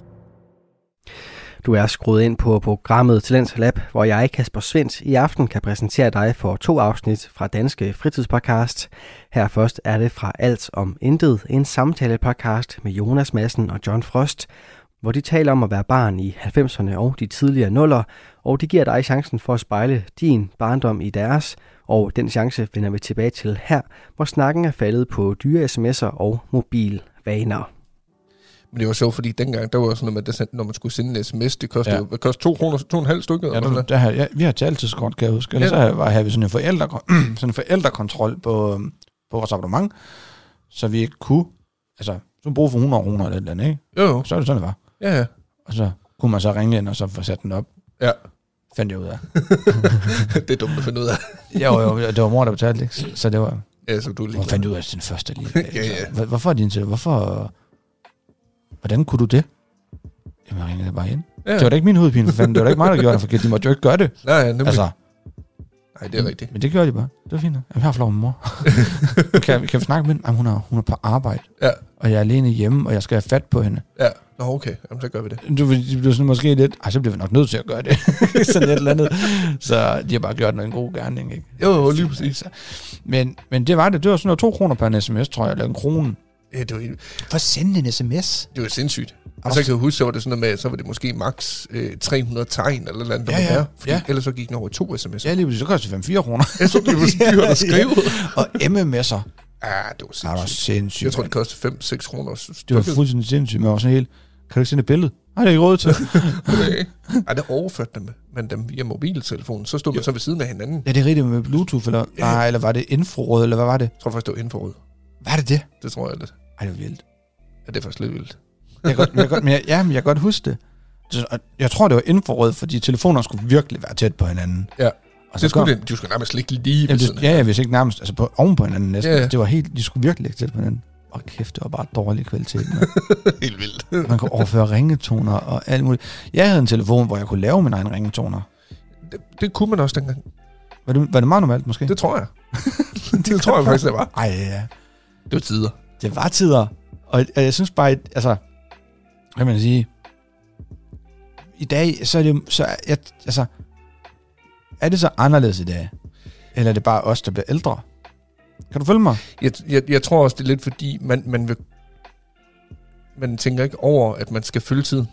B: Du er skruet ind på programmet Talents Lab, hvor jeg, Kasper Svens, i aften kan præsentere dig for to afsnit fra Danske Fritidspodcast. Her først er det fra Alt om Intet, en samtalepodcast med Jonas Madsen og John Frost, hvor de taler om at være barn i 90'erne og de tidligere nuller, og de giver dig chancen for at spejle din barndom i deres, og den chance vender vi tilbage til her, hvor snakken er faldet på dyre sms'er og mobilvaner.
G: Men det var sjovt, fordi dengang, der var sådan noget med, at der sendte- når man skulle sende en sms, det kostede,
F: Ja.
G: ja. det kostede to kroner, to og en halv stykke.
F: Ja,
G: eller
F: der,
G: sådan
F: der, har, ja, vi har til altidskort, kan jeg huske. Ellers
G: Ja.
F: ja. så har- havde vi sådan en, forældre, sådan en forældrekontrol på, øhm, på vores abonnement, så vi ikke kunne, altså, så brug for 100 kroner eller et eller andet, ikke?
G: noget. Jo, jo.
F: Så er det sådan, det var.
G: Ja, ja.
F: Og så kunne man så ringe ind og så få sat den op.
G: Ja.
F: Fandt jeg ud af.
G: det er dumt at finde ud af.
F: Jo, jo, jo, det var mor, der betalte, ikke? Så så det var...
G: Ja, så du er lige
F: Hvor fandt du ud af det den første lige?
G: Ja, ja.
F: Hvor- Hvorfor er din til? Hvorfor... Hvordan kunne du det? Jamen, jeg ringede bare ind.
G: Ja.
F: Det var da ikke min hovedpine, for fanden. Det var da ikke mig, der gjorde det forkert. De måtte jo ikke gøre det.
G: Nej, ja, nemlig. Altså,
F: Altså,
G: Nej, det er rigtigt.
F: men det gjorde de bare. Det var fint. nok. Jamen, jeg har flov med mor. kan, kan vi snakke med hende? Jamen, hun er, hun er på arbejde.
G: Ja.
F: Og jeg er alene hjemme, og jeg skal have fat på hende.
G: Ja. Nå, okay. Jamen, så gør vi det.
F: Du, ved, de blev sådan måske lidt... Ej, så bliver vi nok nødt til at gøre det. sådan et eller andet. Så de har bare gjort noget en god gerning, ikke?
G: Jo, jo, lige præcis.
F: Altså. Men, men det var det. Det var sådan noget to kroner per en sms, tror jeg. Eller en krone.
G: Ja, det var, helt-
F: For at sende en sms?
G: det var sindssygt. Og så kan jeg huske, så var det sådan noget med, at så var det måske maks øh, 300 tegn eller et eller andet, der
F: Ja,
G: måtte
F: ja.
G: være, fordi
F: Ja.
G: ellers så gik den over i to sms'er.
F: Ja, lige præcis. Så koster det 5-4 kroner.
G: Jeg så det var så dyrt at skrive.
F: og MMS'er.
G: Ja, Ah, det var
F: Nej, det var
G: sindssygt.
F: sindssygt.
G: Jeg tror, det
F: mand.
G: kostede 5-6 kroner. stykket.
F: det var fuldstændig sindssygt. Man var sådan helt... Kan du ikke sende et billede? Nej, det er ikke råd til.
G: Okay. Ej, der overførte dem, man dem via mobiltelefonen. Så stod man så ved siden af hinanden.
F: ja, det er rigtigt med Bluetooth, eller... Nej, eller var det infrarød, eller hvad var det?
G: Jeg tror faktisk, det var inden for rød.
F: Hvad er det det?
G: Det tror jeg lidt.
F: Ej, det var vildt.
G: Ja, det er faktisk lidt vildt.
F: Jeg kan godt, men jeg kan godt, men jeg, ja, men jeg kan godt huske det. Så- og Jeg tror, det var infrarød, fordi telefonerne skulle virkelig være tæt på hinanden.
G: Ja.
F: Og
G: Det skulle
F: Altså, kom-
G: de, de skulle nærmest ligge lige ved
F: Jamen,
G: siden
F: det,
G: af.
F: ja, ja, hvis ikke nærmest altså på, oven på hinanden næsten.
G: Ja,
F: Ja,
G: ja.
F: ja. Det var helt, de skulle virkelig lægge tæt på hinanden. Og kæft, det var bare dårlig kvalitet. mand.
G: Helt vildt.
F: Man kunne overføre ringetoner og alt muligt. Jeg havde en telefon, hvor jeg kunne lave mine egne ringetoner.
G: Det, det kunne man også dengang.
F: Var det, var det meget normalt måske?
G: Det tror jeg. det tror jeg faktisk, det var.
F: Ej, ja.
G: Det var tider.
F: Det var tider. Og, og jeg synes bare, at- altså, hvad kan man sige, i dag, så er det, så er, jeg, altså, er det så anderledes i dag? Eller er det bare os, der bliver ældre? Kan du følge mig?
G: Jeg, jeg, jeg tror også, det er lidt fordi, man, man, vil, man tænker ikke over, at man skal følge tiden.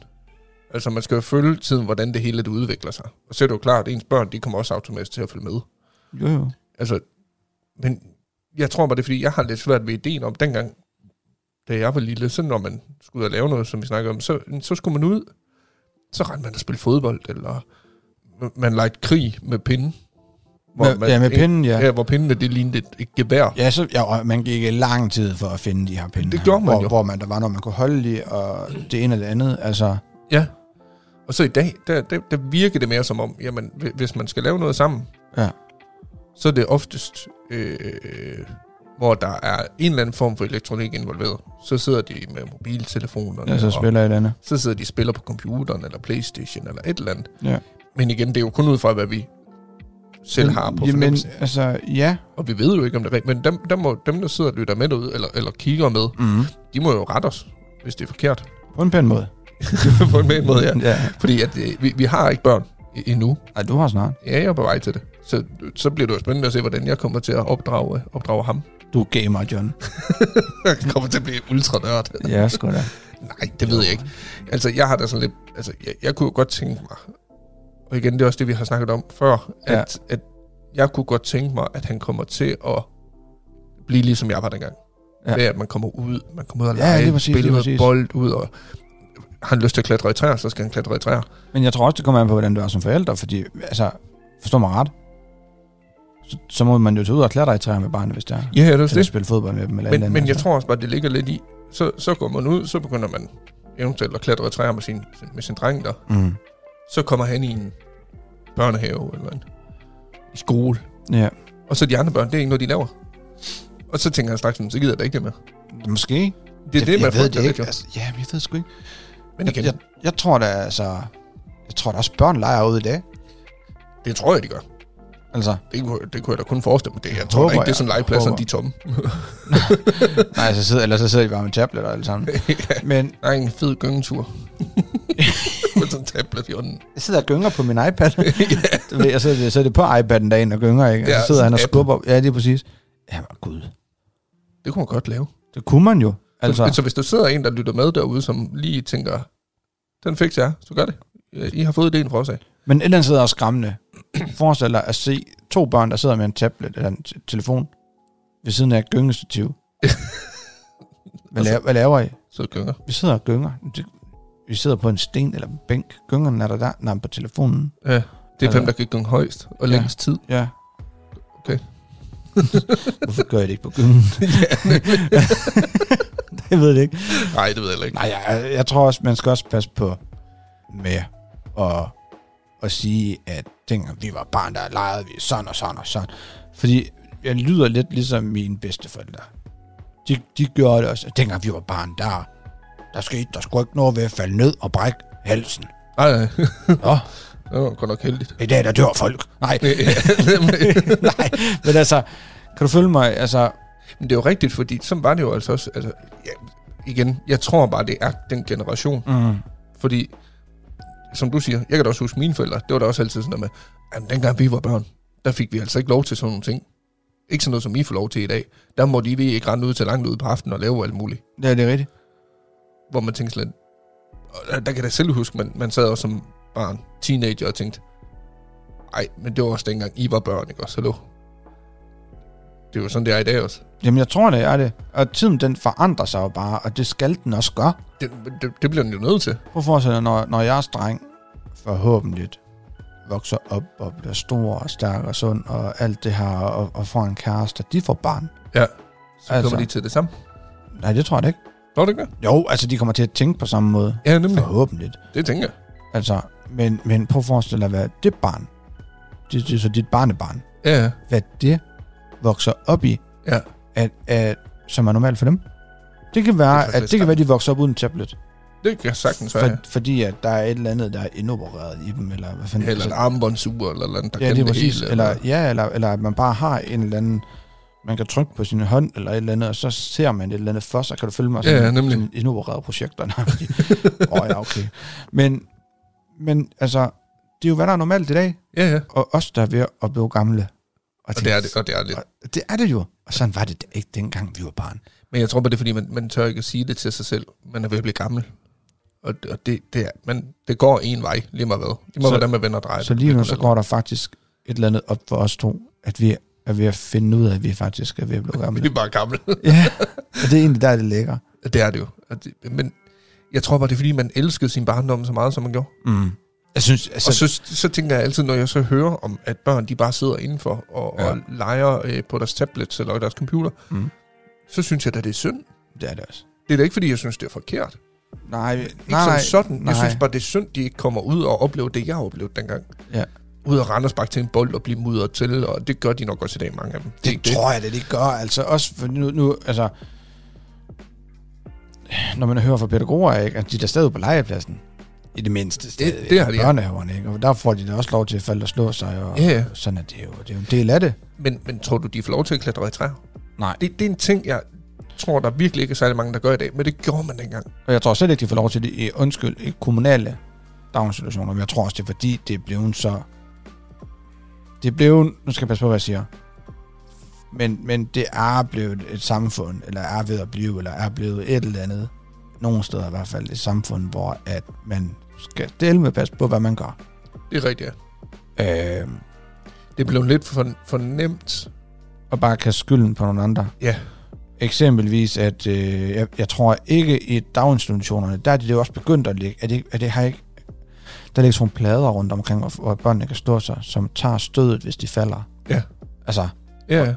G: Altså, man skal jo følge tiden, hvordan det hele det udvikler sig. Og så er det jo klart, at ens børn, de kommer også automatisk til at følge med.
F: Jo, jo.
G: Altså, men jeg tror bare, det er fordi, jeg har lidt svært ved ideen om dengang, da jeg var lille, så når man skulle ud og lave noget, som vi snakker om, så, så skulle man ud, så rendte man og spille fodbold, eller man legede krig med pinden.
F: Med, ja, med pinden, ja.
G: Ja, hvor pindene, det lignede et, et gevær.
F: Ja, så, ja, og man gik i lang tid for at finde de her pinde.
G: Det
F: her,
G: gjorde man
F: hvor,
G: jo.
F: Hvor man, der var noget, man kunne holde i, og det ene eller det andet. Altså,
G: Og så i dag, der, der, der virker det mere som om, jamen, hvi- hvis man skal lave noget sammen,
F: Ja.
G: så er det oftest, øh, hvor der er en eller anden form for elektronik involveret. Så sidder de med mobiltelefonerne,
F: ja, så
G: og
F: altså spiller jeg et andet.
G: så sidder de og spiller på computeren, eller Playstation, eller et eller andet.
F: Ja.
G: Men igen, det er jo kun ud fra, hvad vi selv har på
F: Jamen,
G: fornemmelsen.
F: altså, ja.
G: Og vi ved jo ikke, om det er rigtigt. Men dem, dem, må, dem, der sidder og lytter med derude, eller, eller kigger med,
F: Mm.
G: de må jo rette os, hvis det er forkert.
F: På en pæn måde.
G: på en pæn måde, ja.
F: ja.
G: Fordi at, øh, vi, vi har ikke børn e- endnu.
F: Ej, du har snart.
G: Ja, jeg er på vej til det. Så, så bliver det jo spændende at se, hvordan jeg kommer til at opdrage, opdrage ham.
F: Du er gamer, John.
G: Jeg kommer til at blive ultra nørd.
F: ja, sgu da.
G: Nej, det ved jeg ikke. Altså, jeg har da sådan lidt... Altså, jeg, jeg kunne jo godt tænke mig... Og igen, det er også det, vi har snakket om før,
F: Ja.
G: at, at jeg kunne godt tænke mig, at han kommer til at blive ligesom jeg var dengang. Ja.
F: Ja.
G: Med at man kommer ud, man kommer ud og
F: Ja,
G: lege,
F: lige præcis, lige
G: spille noget
F: præcis.
G: bold ud, og har han lyst til at klatre i træer, så skal han klatre i træer.
F: Men jeg tror også, det kommer an på, hvordan du er som forælder, fordi, altså, forstår mig ret, så, så må man jo tage ud og klatre i træer med barnet, hvis det er.
G: Ja, det er også
F: Eller
G: det.
F: spille fodbold med dem, eller et eller
G: Men,
F: andet,
G: men jeg
F: altså.
G: tror også bare, det ligger lidt i, så, så går man ud, så begynder man eventuelt at klatre i træer med sin, med sin dreng der.
F: Mm.
G: Så kommer han i en børnehave eller en i skole.
F: Ja.
G: Og så de andre børn, det er ikke noget, de laver. Og så tænker han straks, "Men så gider jeg da ikke det mere.
F: Måske.
G: Det er
F: jeg,
G: det, man
F: jeg ved
G: frygter
F: det
G: lidt,
F: ikke.
G: jo.
F: Altså, ja, jeg ved sgu ikke.
G: Men igen,
F: Jeg, jeg, jeg tror da, altså... Jeg tror da også, børn leger ude i dag.
G: det tror jeg, de gør.
F: Altså,
G: Det, kunne- det kunne jeg da kun forestille mig. Det, jeg tror da
F: håber,
G: ikke, det er sådan
F: jeg
G: legepladserne,
F: håber.
G: de er tomme.
F: nej, altså, så sidder, eller så sidder de bare med tabletter og alt sammen. Men
G: Der er en fed gyngetur. Med sådan en tablet i hånden.
F: jeg sidder og gynger på min iPad. Du ved, jeg sidder, så er det på iPad'en dagen og gynger, ikke? Og
G: Ja,
F: så sidder han og
G: appen.
F: skubber. Ja, det er præcis. Jamen, gud.
G: Det kunne man godt lave.
F: Det kunne man jo.
G: Altså.
F: Altså,
G: Så, så hvis der sidder en, der lytter med derude, som lige tænker, den fik jeg, så gør det. Øh, I har fået idéen fra os af.
F: men et eller andet sidder også skræmmende. Forestil dig at se to børn, der sidder med en tablet eller en t- telefon ved siden af et gyngestativ. Hvad, laver, hvad laver I?
G: Så gynger.
F: Vi sidder og gynger. Det- Vi sidder på en sten eller en bænk. Gyngeren er der der. Nej, men på telefonen.
G: Ja, det er
F: Altså.
G: hvem, der kan gynge højst og
F: Ja.
G: længst tid.
F: Ja.
G: Okay.
F: Hvorfor gør jeg det ikke på gyngen? det ved jeg ikke.
G: Nej, det ved jeg heller ikke.
F: Nej, jeg, jeg tror også, man skal også passe på med at, at sige, at dengang vi var barn, der legede vi sådan og sådan og sådan. Fordi jeg lyder lidt ligesom mine bedsteforældre. De, de gjorde det også. Dengang vi var barn, der, der skete der skulle ikke noget ved at falde ned og brække halsen.
G: Nej, nej.
F: Nå,
G: Det var godt nok heldigt.
F: i dag der dør folk. Nej,
G: Øh,
F: nej. Men altså, kan du følge mig? Altså,
G: Men det er jo rigtigt, fordi sådan var det jo altså også. Altså, ja, igen, jeg tror bare, det er den generation.
F: mm,
G: Fordi, som du siger, jeg kan da også huske mine forældre. Det var da også altid sådan noget med, jamen dengang vi var børn, der fik vi altså ikke lov til sådan nogle ting. Ikke sådan noget, som I får lov til i dag. Der må de vi ikke rende ud til langt ud på aftenen og lave alt muligt.
F: det er det rigtigt.
G: hvor man tænkte sådan lidt, og der, der kan jeg da selv huske, man, man sad også som barn, teenager og tænkte, nej, men det var også dengang, I var børn, ikke også? Hallo? Det er jo sådan, det er i dag også.
F: Jamen, jeg tror, det er det. Og tiden, den forandrer sig jo bare, og det skal den også gøre.
G: Det, det, det bliver den jo nødt til.
F: Prøv at forestille dig, når, når jeres dreng forhåbentlig vokser op og bliver stor og stærk og sund og alt det her, og, og får en kæreste, og de får barn.
G: Så altså.
F: Altså.
G: kommer de til det samme.
F: Nej, det tror jeg da ikke.
G: Tror du ikke det?
F: Jo, altså de kommer til at tænke på samme måde.
G: Ja, nemlig.
F: Forhåbentlig.
G: Det tænker jeg.
F: Altså, men, men prøv at forestille dig, hvad det barn, det, det er så dit barnebarn,
G: Ja, ja.
F: hvad det vokser op i,
G: Ja.
F: at, at, som er normalt for dem. Det kan være,
G: Det er
F: det at
G: faktisk lidt
F: det kan være,
G: skræmmende.
F: de vokser op uden tablet.
G: Det kan jeg sagtens
F: for,
G: være.
F: Fordi at der er et eller andet, der er indopereret i dem, eller hvad fanden. altså,
G: Eller en armbåndsur, eller noget andet, der
F: ja,
G: kan
F: det er præcis.
G: hele,
F: eller, ja, eller, eller at man bare har en eller anden, man kan trykke på sin hånd, eller et eller andet, og så ser man et eller andet først, og kan du følge mig?
G: Ja, ja, nemlig.
F: Sådan indopereret projekter. Åh, oh, ja, okay. Men, men altså, det er jo, hvad der er normalt i dag,
G: Ja, ja.
F: og os, der er ved at blive gamle.
G: Og det er det, og det er det.
F: Og det er det jo. Og sådan var det da ikke dengang, vi var barn.
G: Men jeg tror bare, det er, fordi man, man tør ikke at sige det til sig selv. Man er ved at blive gammel. Og, og det, det, er, man, det går en vej, lige meget hvad. Lige meget,
F: Så-
G: hvordan man vender og drejer.
F: Så
G: det.
F: lige nu,
G: Det
F: så
G: går
F: går der faktisk et eller andet op for os to, at vi er ved at finde ud af, at vi faktisk er ved at blive
G: lidt-
F: gamle.
G: Vi er bare gamle.
F: ja, og det er egentlig der, det ligger.
G: det er det jo. Og det, men jeg tror bare, det er, fordi man elskede sin barndom så meget, som man gjorde.
F: Mm. Jeg synes,
G: Så,
F: altså,
G: og så, så tænker jeg altid, når jeg så hører om, at børn de bare sidder indenfor og, ja.
F: Ja.
G: og leger øh, på deres tablets eller deres computer,
F: Mm.
G: så synes jeg da, det er synd.
F: det er det også.
G: Det er da ikke, fordi jeg synes, det er forkert.
F: Nej, nej,
G: Ikke nej, som sådan. Nej. Jeg
F: nej.
G: synes bare, det er synd, de ikke kommer ud og oplever det, jeg oplevede dengang.
F: Ja.
G: Ud og rende og sparke til en bold og blive mudret til, og det gør de nok også i dag, mange af dem. er
F: det,
G: ikke
F: det tror jeg, det, det gør. Altså også, for nu, nu, altså, når man hører fra pædagoger, ikke, at de er da stadig på legepladsen. I det mindste stadig.
G: det har de, ja.
F: Børnehaverne, ikke? Og der får de da også lov til at falde og slå sig, og
G: Ja, ja.
F: sådan er det jo. Det er jo en del af det.
G: Men, men tror du, de får lov til at klatre i træer?
F: Nej.
G: Det, det er en ting, jeg tror, der virkelig ikke er særlig mange, der gør i dag, men det gjorde man dengang.
F: Og jeg tror slet ikke, de får lov til det i, undskyld, i kommunale daginstitutioner, men jeg tror også, det er fordi, det er blevet så... Det er blevet... Nu skal jeg passe på, hvad jeg siger. Men, men det er blevet et samfund, eller er ved at blive, eller er blevet et eller andet, nogle steder i hvert fald, et samfund, hvor at man skal dele med passe på, hvad man gør.
G: Det er rigtigt, ja.
F: Øh,
G: Det blev lidt for, for nemt.
F: og bare kaste skylden på nogle andre.
G: Ja.
F: Eksempelvis, at øh, jeg, jeg tror ikke i daginstitutionerne, der er det jo også begyndt at ligge, er det, ikke- er det har ikke, der ligger sådan nogle plader rundt omkring, hvor, hvor børnene kan stå sig, som tager stødet, hvis de falder.
G: Ja.
F: Altså,
G: Ja,
F: det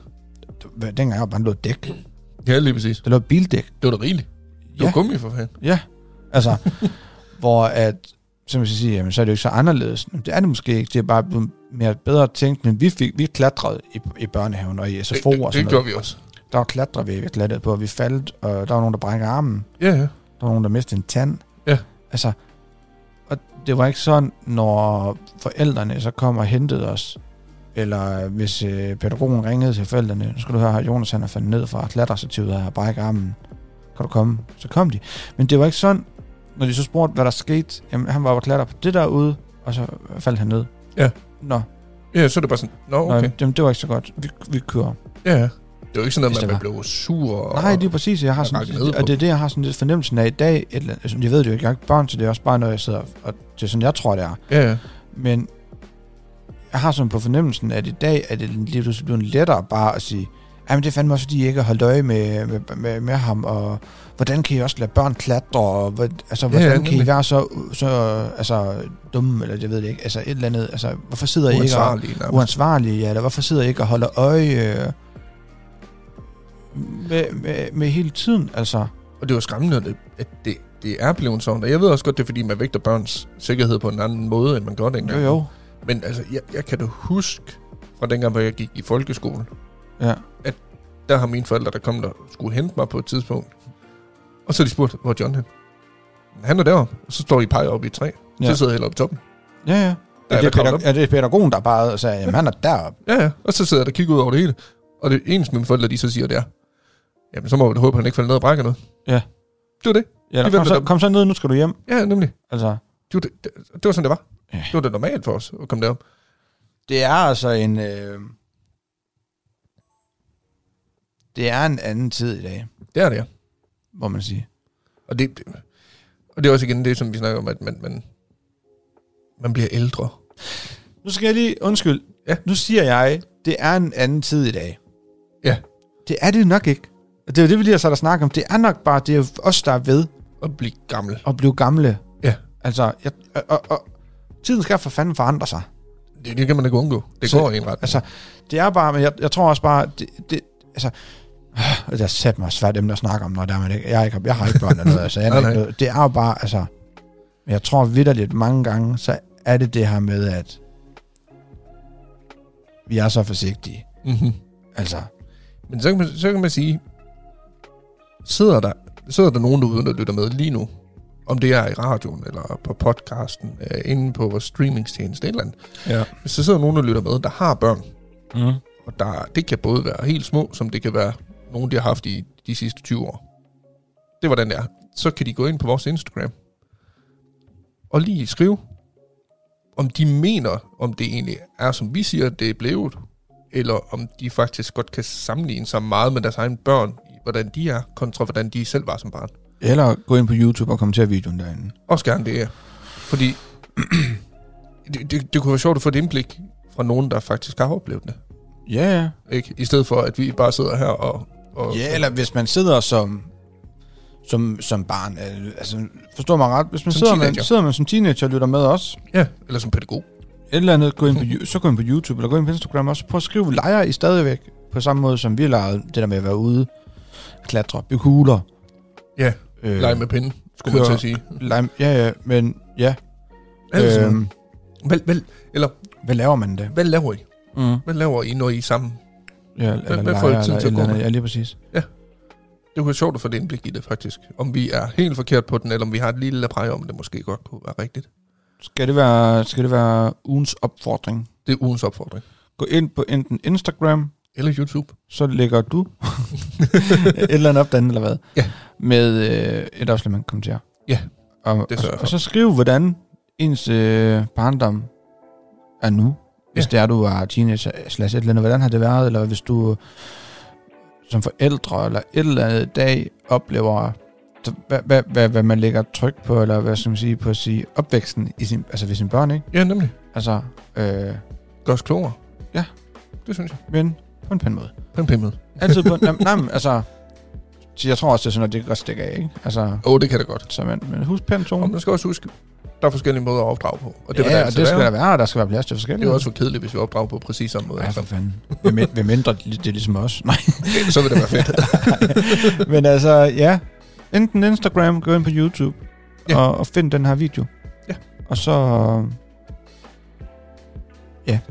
F: var- dengang jeg bare lå et dæk.
G: ja lige præcis.
F: Der lå et bildæk.
G: Det var da rigeligt. Det var
F: Ja.
G: gummi for fanden.
F: Ja. Altså, hvor at, som jeg skal sige, jamen, så er det jo ikke så anderledes. Men det er det måske ikke. Det er bare blevet mere bedre tænkt, men vi, fik, vi klatrede i, i børnehaven og i SFO og
G: Det,
F: sådan
G: det, det
F: noget.
G: gjorde vi også.
F: Der var klatrevæg, vi klatrede på, og vi faldt, og der var nogen, der brækkede armen.
G: Ja, ja.
F: Der var nogen, der mistede en tand.
G: Ja.
F: Altså, og det var ikke sådan, når forældrene så kom og hentede os, eller hvis øh, pædagogen ringede til forældrene, så skulle du høre, her Jonas han er faldet ned fra klatrestativet og har brækket armen. Kan du komme? Så kom de. Men det var ikke sådan, når de så spurgte, hvad der skete, jamen han var jo klatret på det derude, og så faldt han ned.
G: Ja.
F: Nå,
G: Ja, så er det bare sådan, nå,
F: okay.
G: okay.
F: nå jamen, det var ikke så godt. Vi, vi kører.
G: Ja, ja. Det var ikke sådan,
F: Hvis
G: at
F: det
G: man
F: var.
G: blev sur. Og,
F: Nej, lige præcis. Jeg har
G: og
F: sådan,
G: rakke ned på.
F: og det er det, jeg har sådan lidt fornemmelsen af i dag. Et eller andet, altså, jeg ved det jo ikke, jeg er ikke børn, så det er også bare noget, jeg sidder og- og det er sådan, jeg tror, det er.
G: Ja, ja.
F: Men jeg har sådan på fornemmelsen, at i dag er det lige pludselig blevet lettere bare at sige, jamen det fandt mig også, fordi jeg ikke har holdt øje med, med, med, med ham, og hvordan kan I også lade børn klatre, og hvor, altså, hvordan ja,
G: ja,
F: ja, kan I
G: nemlig.
F: være så, så altså, dumme, eller det ved jeg ikke, altså et eller andet, altså hvorfor sidder I ikke og,
G: Uansvarlige nærmest.
F: uansvarlige, ja, eller hvorfor sidder I ikke og holder øje øh, med, med, med hele tiden, altså?
G: Og det var skræmmende, at det- at det, det er blevet sådan. Og jeg ved også godt, det er fordi, man vægter børns sikkerhed på en anden måde, end man gør dengang.
F: Jo, jo.
G: Men altså, jeg, jeg kan da huske fra dengang, hvor jeg gik i folkeskole,
F: Ja.
G: der har mine forældre, der kom der, skulle hente mig på et tidspunkt. Og så har de spurgt, hvor er John hen? Han er deroppe, og så står I og peger op i et træ. Ja.
F: Ja.
G: Så sidder jeg helt oppe i toppen.
F: Ja, ja.
G: Der
F: Er
G: er
F: det,
G: der kravlet
F: pædag-
G: op.
F: er det pædagogen, der bare sagde, jamen han er deroppe?
G: Ja, ja. Og så sidder jeg der og kigger ud over det hele. Og det eneste, mine forældre de så siger, det er, jamen så må vi da håbe, at han ikke falder ned og brækker noget.
F: Ja.
G: Det var det.
F: Ja,
G: De
F: kom,
G: venter
F: så,
G: dem.
F: kom så ned, nu skal du hjem.
G: Ja, nemlig.
F: Altså,
G: Det var, det, det, det var sådan, det var.
F: Ja.
G: Det var det normalt for os at komme derop.
F: det er altså en... Øh, det er en anden tid i dag,
G: Det er det, ja.
F: må man sige.
G: Og det, det- og det er også igen det, som vi snakker om, at man, man, man bliver ældre.
F: Nu skal jeg lige... Undskyld.
G: Ja.
F: Nu siger jeg, det er en anden tid i dag.
G: Ja.
F: Det er det nok ikke. Og Det er jo det, vi lige har sat og snakket om. Det er nok bare, det er jo os, der er ved
G: At blive gammel.
F: at blive gamle.
G: Ja.
F: Altså, jeg, og, og, og, tiden skal for fanden forandre sig.
G: Det, det kan man ikke undgå. Det
F: Så-
G: går i en retning.
F: Altså, det er bare, men jeg, jeg tror også bare, det, det altså, øh, det er sat mig svært dem, der snakker om, når der man ikke, jeg, er ikke, jeg har ikke børn eller noget, altså, jeg,
G: Nej,
F: nej,
G: nej.
F: nej. det er jo bare, altså, Men jeg tror vidderligt mange gange, så er det det her med, at vi er så forsigtige.
G: Mm-hmm.
F: Altså,
G: Men så kan, man, så kan man sige, sidder der, sidder der nogen derude, der lytter med lige nu, om det er i radioen, eller på podcasten, øh, inde på vores streamingstjeneste, et eller andet.
F: Ja.
G: Hvis der sidder nogen, der lytter med, der har børn,
F: mm.
G: og der, det kan både være helt små, som det kan være nogen, de har haft i de sidste 20 år. Det er, hvordan det er. Så kan de gå ind på vores Instagram og lige skrive, om de mener, om det egentlig er, som vi siger, det er blevet, eller om de faktisk godt kan sammenligne sig meget med deres egne børn, i hvordan de er, kontra hvordan de selv var som barn.
F: eller gå ind på YouTube og kommentere videoen derinde.
G: Også gerne det er. Fordi det, det, det kunne være sjovt at få et indblik fra nogen, der faktisk har oplevet det.
F: Ja, ja.
G: Ikke? I stedet for, at vi bare sidder her og... og
F: Ja, eller hvis man sidder som, som, som barn, øh, altså forstår mig ret, hvis man
G: Som
F: sidder, man,
G: teenager.
F: sidder man som teenager og lytter med os,
G: ja, eller som pædagog.
F: et eller andet, gå ind på, Yo- så gå ind på YouTube eller gå ind på Instagram og så prøv at skrive lejer I stadigvæk på samme måde, som vi lejede det der med at være ude, klatre, bygge huler.
G: Ja,
F: øh,
G: Lege med pinden, skulle man
F: kører-
G: til at sige.
F: lege, ja, ja, men ja,
G: Eller sådan noget.
F: øhm,
G: Vel, vel, eller
F: hvad laver man da?
G: hvad laver I?
F: Mm.
G: Hvad laver I, når I er sammen?
F: Ja, eller
G: hvad
F: leger,
G: får I tid
F: eller,
G: til at
F: eller,
G: gå
F: andet.
G: med?
F: Ja, lige præcis.
G: Det kunne være sjovt at få et indblik i det, faktisk. Om vi er helt forkert på den, eller om vi har et lille præg om, det måske godt kunne være rigtigt.
F: Skal det være, skal det være ugens opfordring?
G: Det er ugens opfordring.
F: Gå ind på enten Instagram,
G: Eller YouTube.
F: så lægger du et eller andet op derinde, eller hvad?
G: Ja.
F: Med øh, et opslag, man kommenterer.
G: Ja,
F: og,
G: det
F: og,
G: sørger jeg for.
F: og så skriv, hvordan ens øh, barndom er nu. Hvis
G: Ja.
F: det er, du er teenager, slash et eller andet, hvordan har det været? Eller hvis du øh, som forældre, eller et eller andet dag, oplever, så hvad, hvad, hvad, hvad man lægger tryk på, eller hvad skal man sige, på at sige, opvæksten i sin, altså ved sine børn, ikke?
G: Ja, nemlig.
F: Altså, øh,
G: Gør os klogere.
F: Ja.
G: Det synes jeg.
F: men på en pæn måde.
G: På en pimmel.
F: Altid på en... jamen, nej, men altså... så Jeg tror også, det er sådan, at det kan godt stikke af, ikke? Altså,
G: Åh, oh, det kan det godt.
F: så man, men husk pæn
G: Og
F: tone.
G: man skal også huske, der er forskellige måder at opdrage på. Og det vil der
F: ja, og
G: altid
F: det skal der
G: være.
F: være, og der skal være plads til
G: Det
F: forskellige.
G: er jo også for kedeligt, hvis vi opdrager på præcis samme måde.
F: Ja,
G: altså.
F: for fanden. Hvem, mind- hvem mindre det det er ligesom os. Nej,
G: Så vil det være fedt.
F: men altså, ja. Enten Instagram, gå ind på YouTube,
G: Ja.
F: ja. og, og find den her video.
G: Ja.
F: Og så øh,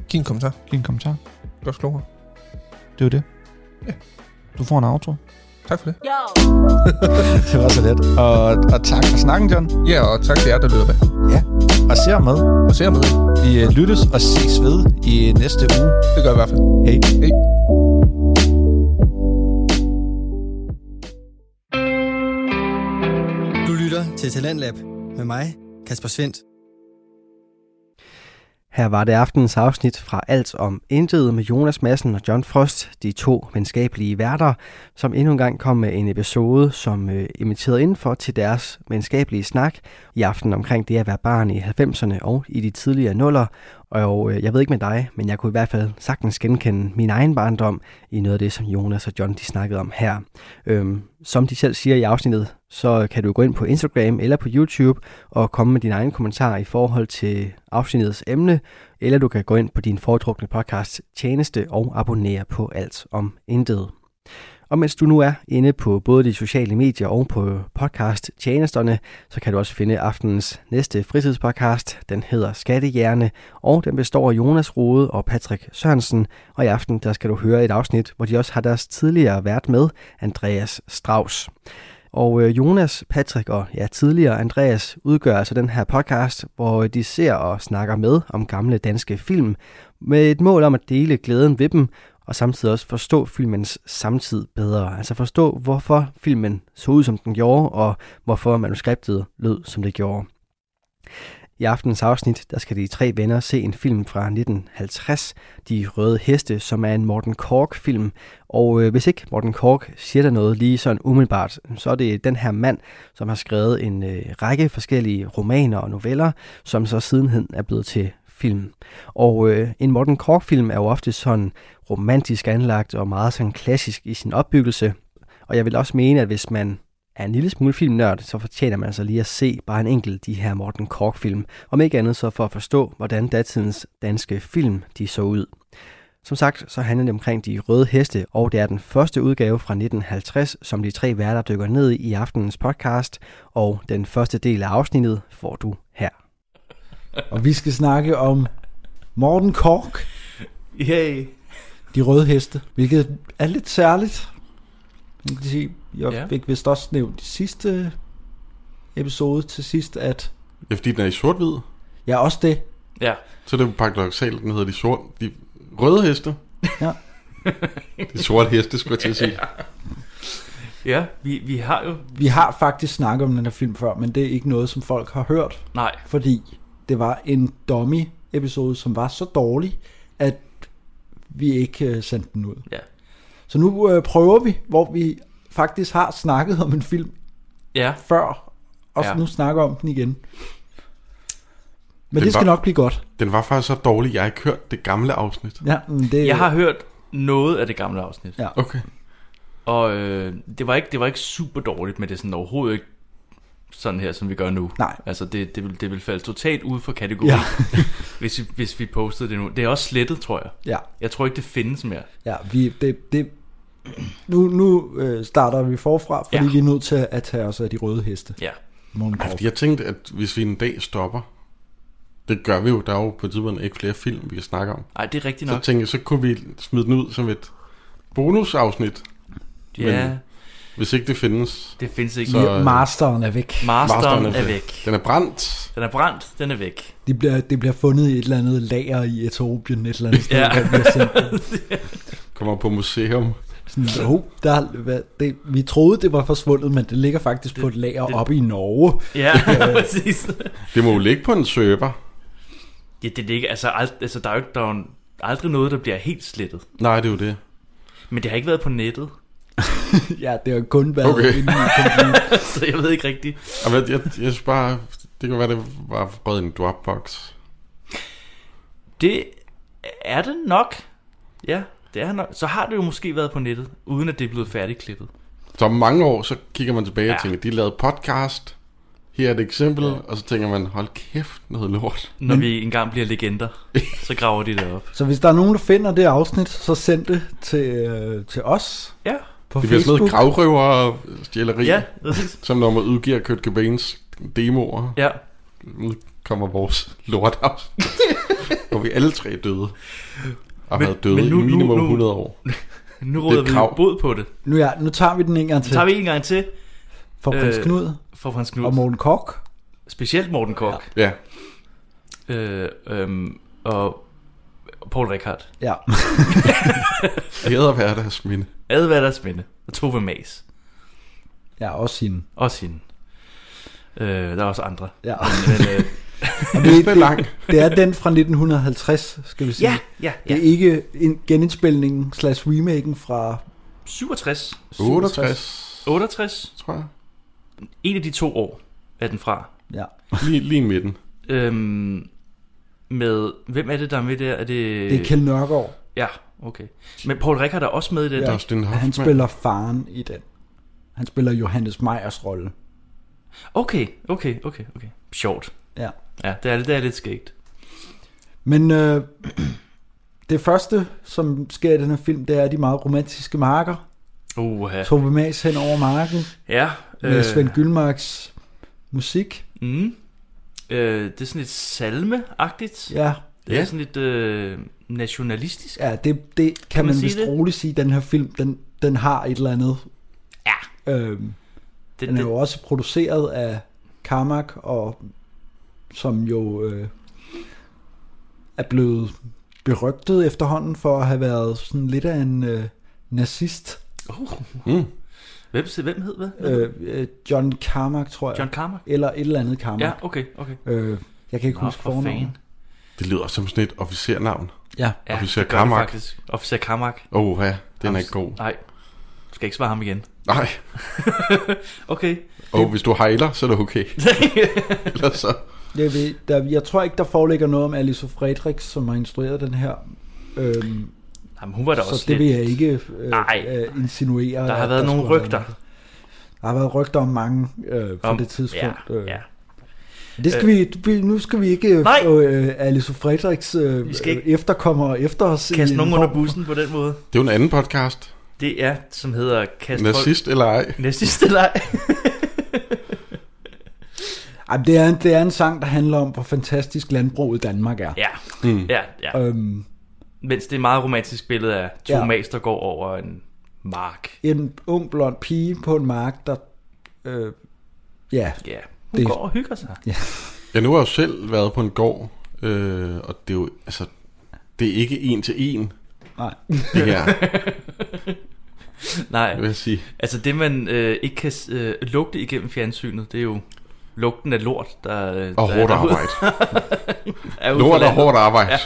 G: Giv en kommentar.
F: giv en kommentar.
G: Gør os klogere.
F: Det er jo det.
G: Ja.
F: Du får en outro.
G: Tak for det.
F: Det var så let. Og, og tak for snakken, John.
G: Ja, og tak til jer, der lytter med.
F: Og ser med.
G: Og ser med.
F: Vi øh, lyttes og ses ved i næste uge.
G: Det gør jeg i hvert fald.
F: Hej.
G: Hej.
A: Du lytter til Talentlab med mig, Kasper Svendt.
B: Her var det aftenens afsnit fra Alt om Intet med Jonas Madsen og John Frost, de to venskabelige værter, som endnu en gang kom med en episode, som øh, inviterede indenfor til deres venskabelige snak i aften omkring det at være barn i 90'erne og i de tidligere nuller. Og øh, jeg ved ikke med dig, men jeg kunne i hvert fald sagtens genkende min egen barndom i noget af det, som Jonas og John de snakkede om her. Øhm, som de selv siger i afsnittet, så kan du gå ind på Instagram eller på YouTube og komme med din egen kommentar i forhold til afsnittets emne, eller du kan gå ind på din foretrukne podcast tjeneste og abonnere på alt om intet. Og mens du nu er inde på både de sociale medier og på podcast-tjenesterne, så kan du også finde aftenens næste fritidspodcast. Den hedder Skattehjerne, og den består af Jonas Rode og Patrick Sørensen. Og i aften der skal du høre et afsnit, hvor de også har deres tidligere vært med, Andreas Strauss. Og øh, Jonas, Patrick og ja, tidligere Andreas udgør altså den her podcast, hvor øh, de ser og snakker med om gamle danske film, med et mål om at dele glæden ved dem, og samtidig også forstå filmens samtid bedre. Altså forstå, hvorfor filmen så ud, som den gjorde, og hvorfor manuskriptet lød, som det gjorde. I aftens afsnit, der skal de tre venner se en film fra 1950, De Røde Heste, som er en Morten Kork-film, og øh, hvis ikke Morten Kork siger der noget lige sådan umiddelbart, så er det den her mand, som har skrevet en øh, række forskellige romaner og noveller, som så sidenhen er blevet til film. Og øh, en Morten Kork-film er jo ofte sådan romantisk anlagt og meget sådan klassisk i sin opbyggelse. Og jeg vil også mene, at hvis man er en lille smule filmnørd, så fortjener man altså lige at se bare en enkelt af de her Morten Kork-film. Om ikke andet så for at forstå, hvordan datidens danske film de så ud. Som sagt, så handler det omkring de røde heste, og det er den første udgave fra 1950, som de tre værter dykker ned i i aftenens podcast, og den første del af afsnittet får du her.
E: Og vi skal snakke om Morten Kork,
C: Yay.
E: De Røde Heste, hvilket er lidt særligt. Man kan sige, jeg
C: Ja.
E: ja. fik vist også nævnt i sidste episode til sidst, at
D: Ja, fordi den er i sort-hvid.
E: jeg også det.
C: Ja.
D: Så er det jo paradoxalt, den hedder de, sort, de røde heste.
E: Ja.
D: De sorte heste, skulle jeg til at sige.
C: Ja, vi, vi har jo...
E: Vi har faktisk snakket om den her film før, men det er ikke noget, som folk har hørt.
C: Nej.
E: fordi det var en dummy episode, som var så dårlig, at vi ikke øh, sendte den ud.
C: Ja.
E: Så nu øh, prøver vi, hvor vi faktisk har snakket om en film
C: Ja.
E: før, og
C: Ja.
E: ja. nu snakker om den igen. Men
D: Den
E: det skal
D: var-
E: nok blive godt.
D: Den var faktisk så dårlig, jeg har ikke hørt det gamle afsnit.
E: Ja, men det,
C: Jeg har hørt noget af det gamle afsnit.
E: Ja.
D: Okay.
C: Og øh, det, var ikke, det var ikke super dårligt, men det er sådan overhovedet ikke sådan her, som vi gør nu.
E: Nej.
C: Altså, det, det, vil, det vil falde totalt ud for kategorien, ja.
E: Ja.
C: hvis, vi, hvis vi postede det nu. Det er også slettet, tror jeg.
E: Ja,
C: Jeg tror ikke, det findes mere.
E: ja vi, det, det, nu, nu øh, starter vi forfra, fordi
C: Ja.
E: ja. vi er nødt til at tage os af de røde heste.
C: Ja.
E: Morten
D: Ej,
E: Korch.
D: fordi jeg tænkte, at hvis vi en dag stopper, det gør vi jo, der er jo på et tidspunkt ikke flere film, vi kan snakke om.
C: Ej, det er rigtigt
D: Så
C: nok.
D: tænkte jeg, så kunne vi smide den ud som et bonusafsnit,
C: Ja,
D: men- hvis ikke det findes.
C: det findes ikke.
D: Så-
C: Så,
E: Ja, Masteren er væk.
C: Masteren
D: Masteren er
C: er væk.
D: Den er brændt.
C: Den er brændt, den er væk.
E: Det bliver, det bliver fundet i et eller andet lager i Etiopien, et eller andet sted,
C: Ja.
E: ja. hvor vi har sendt den.
D: Kommer på museum.
E: Sådan, oh, der, hvad, det, vi troede, det var forsvundet, men det ligger faktisk det, på et lager
C: det-
E: det, oppe i Norge.
C: Ja, præcis.
D: Det må jo ligge på en server.
C: Ja, det ligger, altså, ald- altså der er jo ikke, der er jo aldrig noget, der bliver helt slettet.
D: Nej, det er jo det.
C: Men det har ikke været på nettet,
E: Ja, det har kun været
D: Okay.
E: okay. inde i computeren.
C: så jeg ved ikke rigtigt.
D: Og hvad- jeg, jeg synes bare, det kan være, det var rød en Dropbox.
C: Det er det nok. Ja, det er nok. Så har det jo måske været på nettet, uden at det er blevet færdigklippet.
D: Så om mange år, så kigger man tilbage
C: Ja.
D: og tænker, de lavede podcast. Her er et eksempel, og så tænker man, hold kæft, noget lort.
C: Når vi engang bliver legender, så graver de det op.
E: Så hvis der er nogen, der finder det afsnit, så send det til, øh, til os
C: Ja,
E: på
D: Det bliver sådan
E: Facebook.
D: noget gravrøver og stjæleri,
C: ja,
D: ja.
C: præcis.
D: som når man udgiver Kurt Cobains demoer,
C: Ja,
D: udkommer vores lort af, hvor vi alle tre døde. Og
C: Men-
D: men, havde døde
C: men nu-
D: i minimum
C: nu- nu-
D: 100 år.
C: nu råder vi
D: krav.
C: bod på det.
E: nu, ja, nu tager vi den en gang
C: Så
E: til
C: tager vi en gang til
E: for Prins
C: øh,
E: Knud
C: for Frans
E: og
C: Knud.
E: Morten Kork.
C: Specielt Morten Kork
D: Ja,
C: ja. øh, øhm, og Paul Rickard.
E: Ja,
D: æder hverdagsminde.
C: Adværdagsminde og Tove Mas.
E: ja også hende.
C: Også hende. Øh, der er også andre.
E: Ja.
C: Men, øh,
E: Og det,
D: Det er lang.
E: det er den fra 1950, skal vi sige.
C: ja, ja,
E: Det
C: ja.
E: er ikke en genindspilningen slash remaken fra
C: 67,
D: 68,
C: 68.
D: tror jeg.
C: En af de to år er den fra.
E: Ja.
D: Lige, lige i midten.
C: Øhm, med, hvem er det, der er med der? Er det...
E: Det er Kjeld Nørgaard.
C: Ja, okay. Men Paul Rickard er også med i den.
D: Ja.
C: Ja.
D: Dustin
E: Han
D: Hoffman.
E: spiller faren i den. Han spiller Johannes Meyers rolle.
C: Okay, okay, okay, okay. Sjovt.
E: Ja.
C: Ja, det er, det er lidt skægt.
E: Men øh, det første, som sker i den her film, det er de meget romantiske marker.
C: Uha.
E: Ja. Tove Mads hen over marken
C: Ja. øh,
E: med Svend Gyldmarks musik.
C: mm, øh, det er sådan lidt salmeagtigt. Ja.
E: Ja,
C: Det er
D: Ja.
C: sådan lidt øh, nationalistisk.
E: ja det, det
C: man
E: kan, man, man
C: sige
E: vist
C: det?
E: roligt sige, den her film, den, den har et eller andet. Ja. Øhm,
C: Det,
E: den
C: det,
E: er jo også produceret af Carmack, og som jo øh, er blevet berygtet efterhånden for at have været sådan lidt af en øh, nazist.
D: Mm.
C: hvem, hvem hed hvad?
E: Øh, øh, John Carmack, tror jeg.
C: John Carmack?
E: Eller et eller andet Carmack.
C: Ja, okay, okay.
E: Øh, jeg kan ikke
C: Nå,
E: huske
C: for fanden.
E: fornavnet.
D: Det lyder som sådan et officernavn.
E: Ja.
C: Ja,
D: Officer
C: det gør det
D: Carmack.
C: faktisk. Officer Carmack.
D: Åh, ja, den er ikke god.
C: Nej, du skal ikke svare ham igen.
D: Nej,
C: Okay.
D: og hvis du hejler, så er det okay. Ellers så...
E: Jeg, ved, der, jeg tror ikke, der foreligger noget om Alice Frederiks, som har instrueret den her. Øhm,
C: Jamen, hun var da også
E: så det vil
C: lidt...
E: jeg ikke øh,
C: Nej.
E: øh, insinuere.
C: Der har
E: at
C: været nogle
E: skulle have
C: rygter.
E: været- Der har været rygter om mange øh, på
C: Om-
E: det tidspunkt.
C: Ja,
E: øh.
C: ja.
E: Det skal vi, vi, nu skal vi ikke
C: Nej.
E: få øh, Alice og Frederiks øh,
C: Vi skal ikke
E: efterkommere efter os. i
C: Kaste
E: en
C: nogen under
E: form-
C: bussen på den måde.
D: Det er jo en anden podcast.
C: Det er, som hedder Kast folk...
D: Nazist eller ej.
C: Nazist eller ej.
E: Ej, det, er en, det er en sang, der handler om, hvor fantastisk landbruget Danmark er.
C: Ja,
D: Mm.
C: ja, ja.
E: Øhm,
C: Mens det er et meget romantisk billede af to
E: Ja.
C: ja. der går over en mark.
E: en ung blond pige på en mark, der... Øh, ja,
C: Ja, hun
E: Det-
C: det... går og hygger sig.
D: Jeg nu har jo selv været på en gård, øh, og det er jo, altså, det er ikke en til en,
E: nej.
D: det her,
C: Nej,
D: vil jeg sige.
C: altså det man øh, ikke kan øh, lugte igennem fjernsynet, det er jo lugten af lort, der, øh,
D: Og
C: der
D: hårdt
C: derude-
D: arbejde.
C: er ude på
D: Lort og
C: landet.
D: hårdt arbejde.
C: Ja.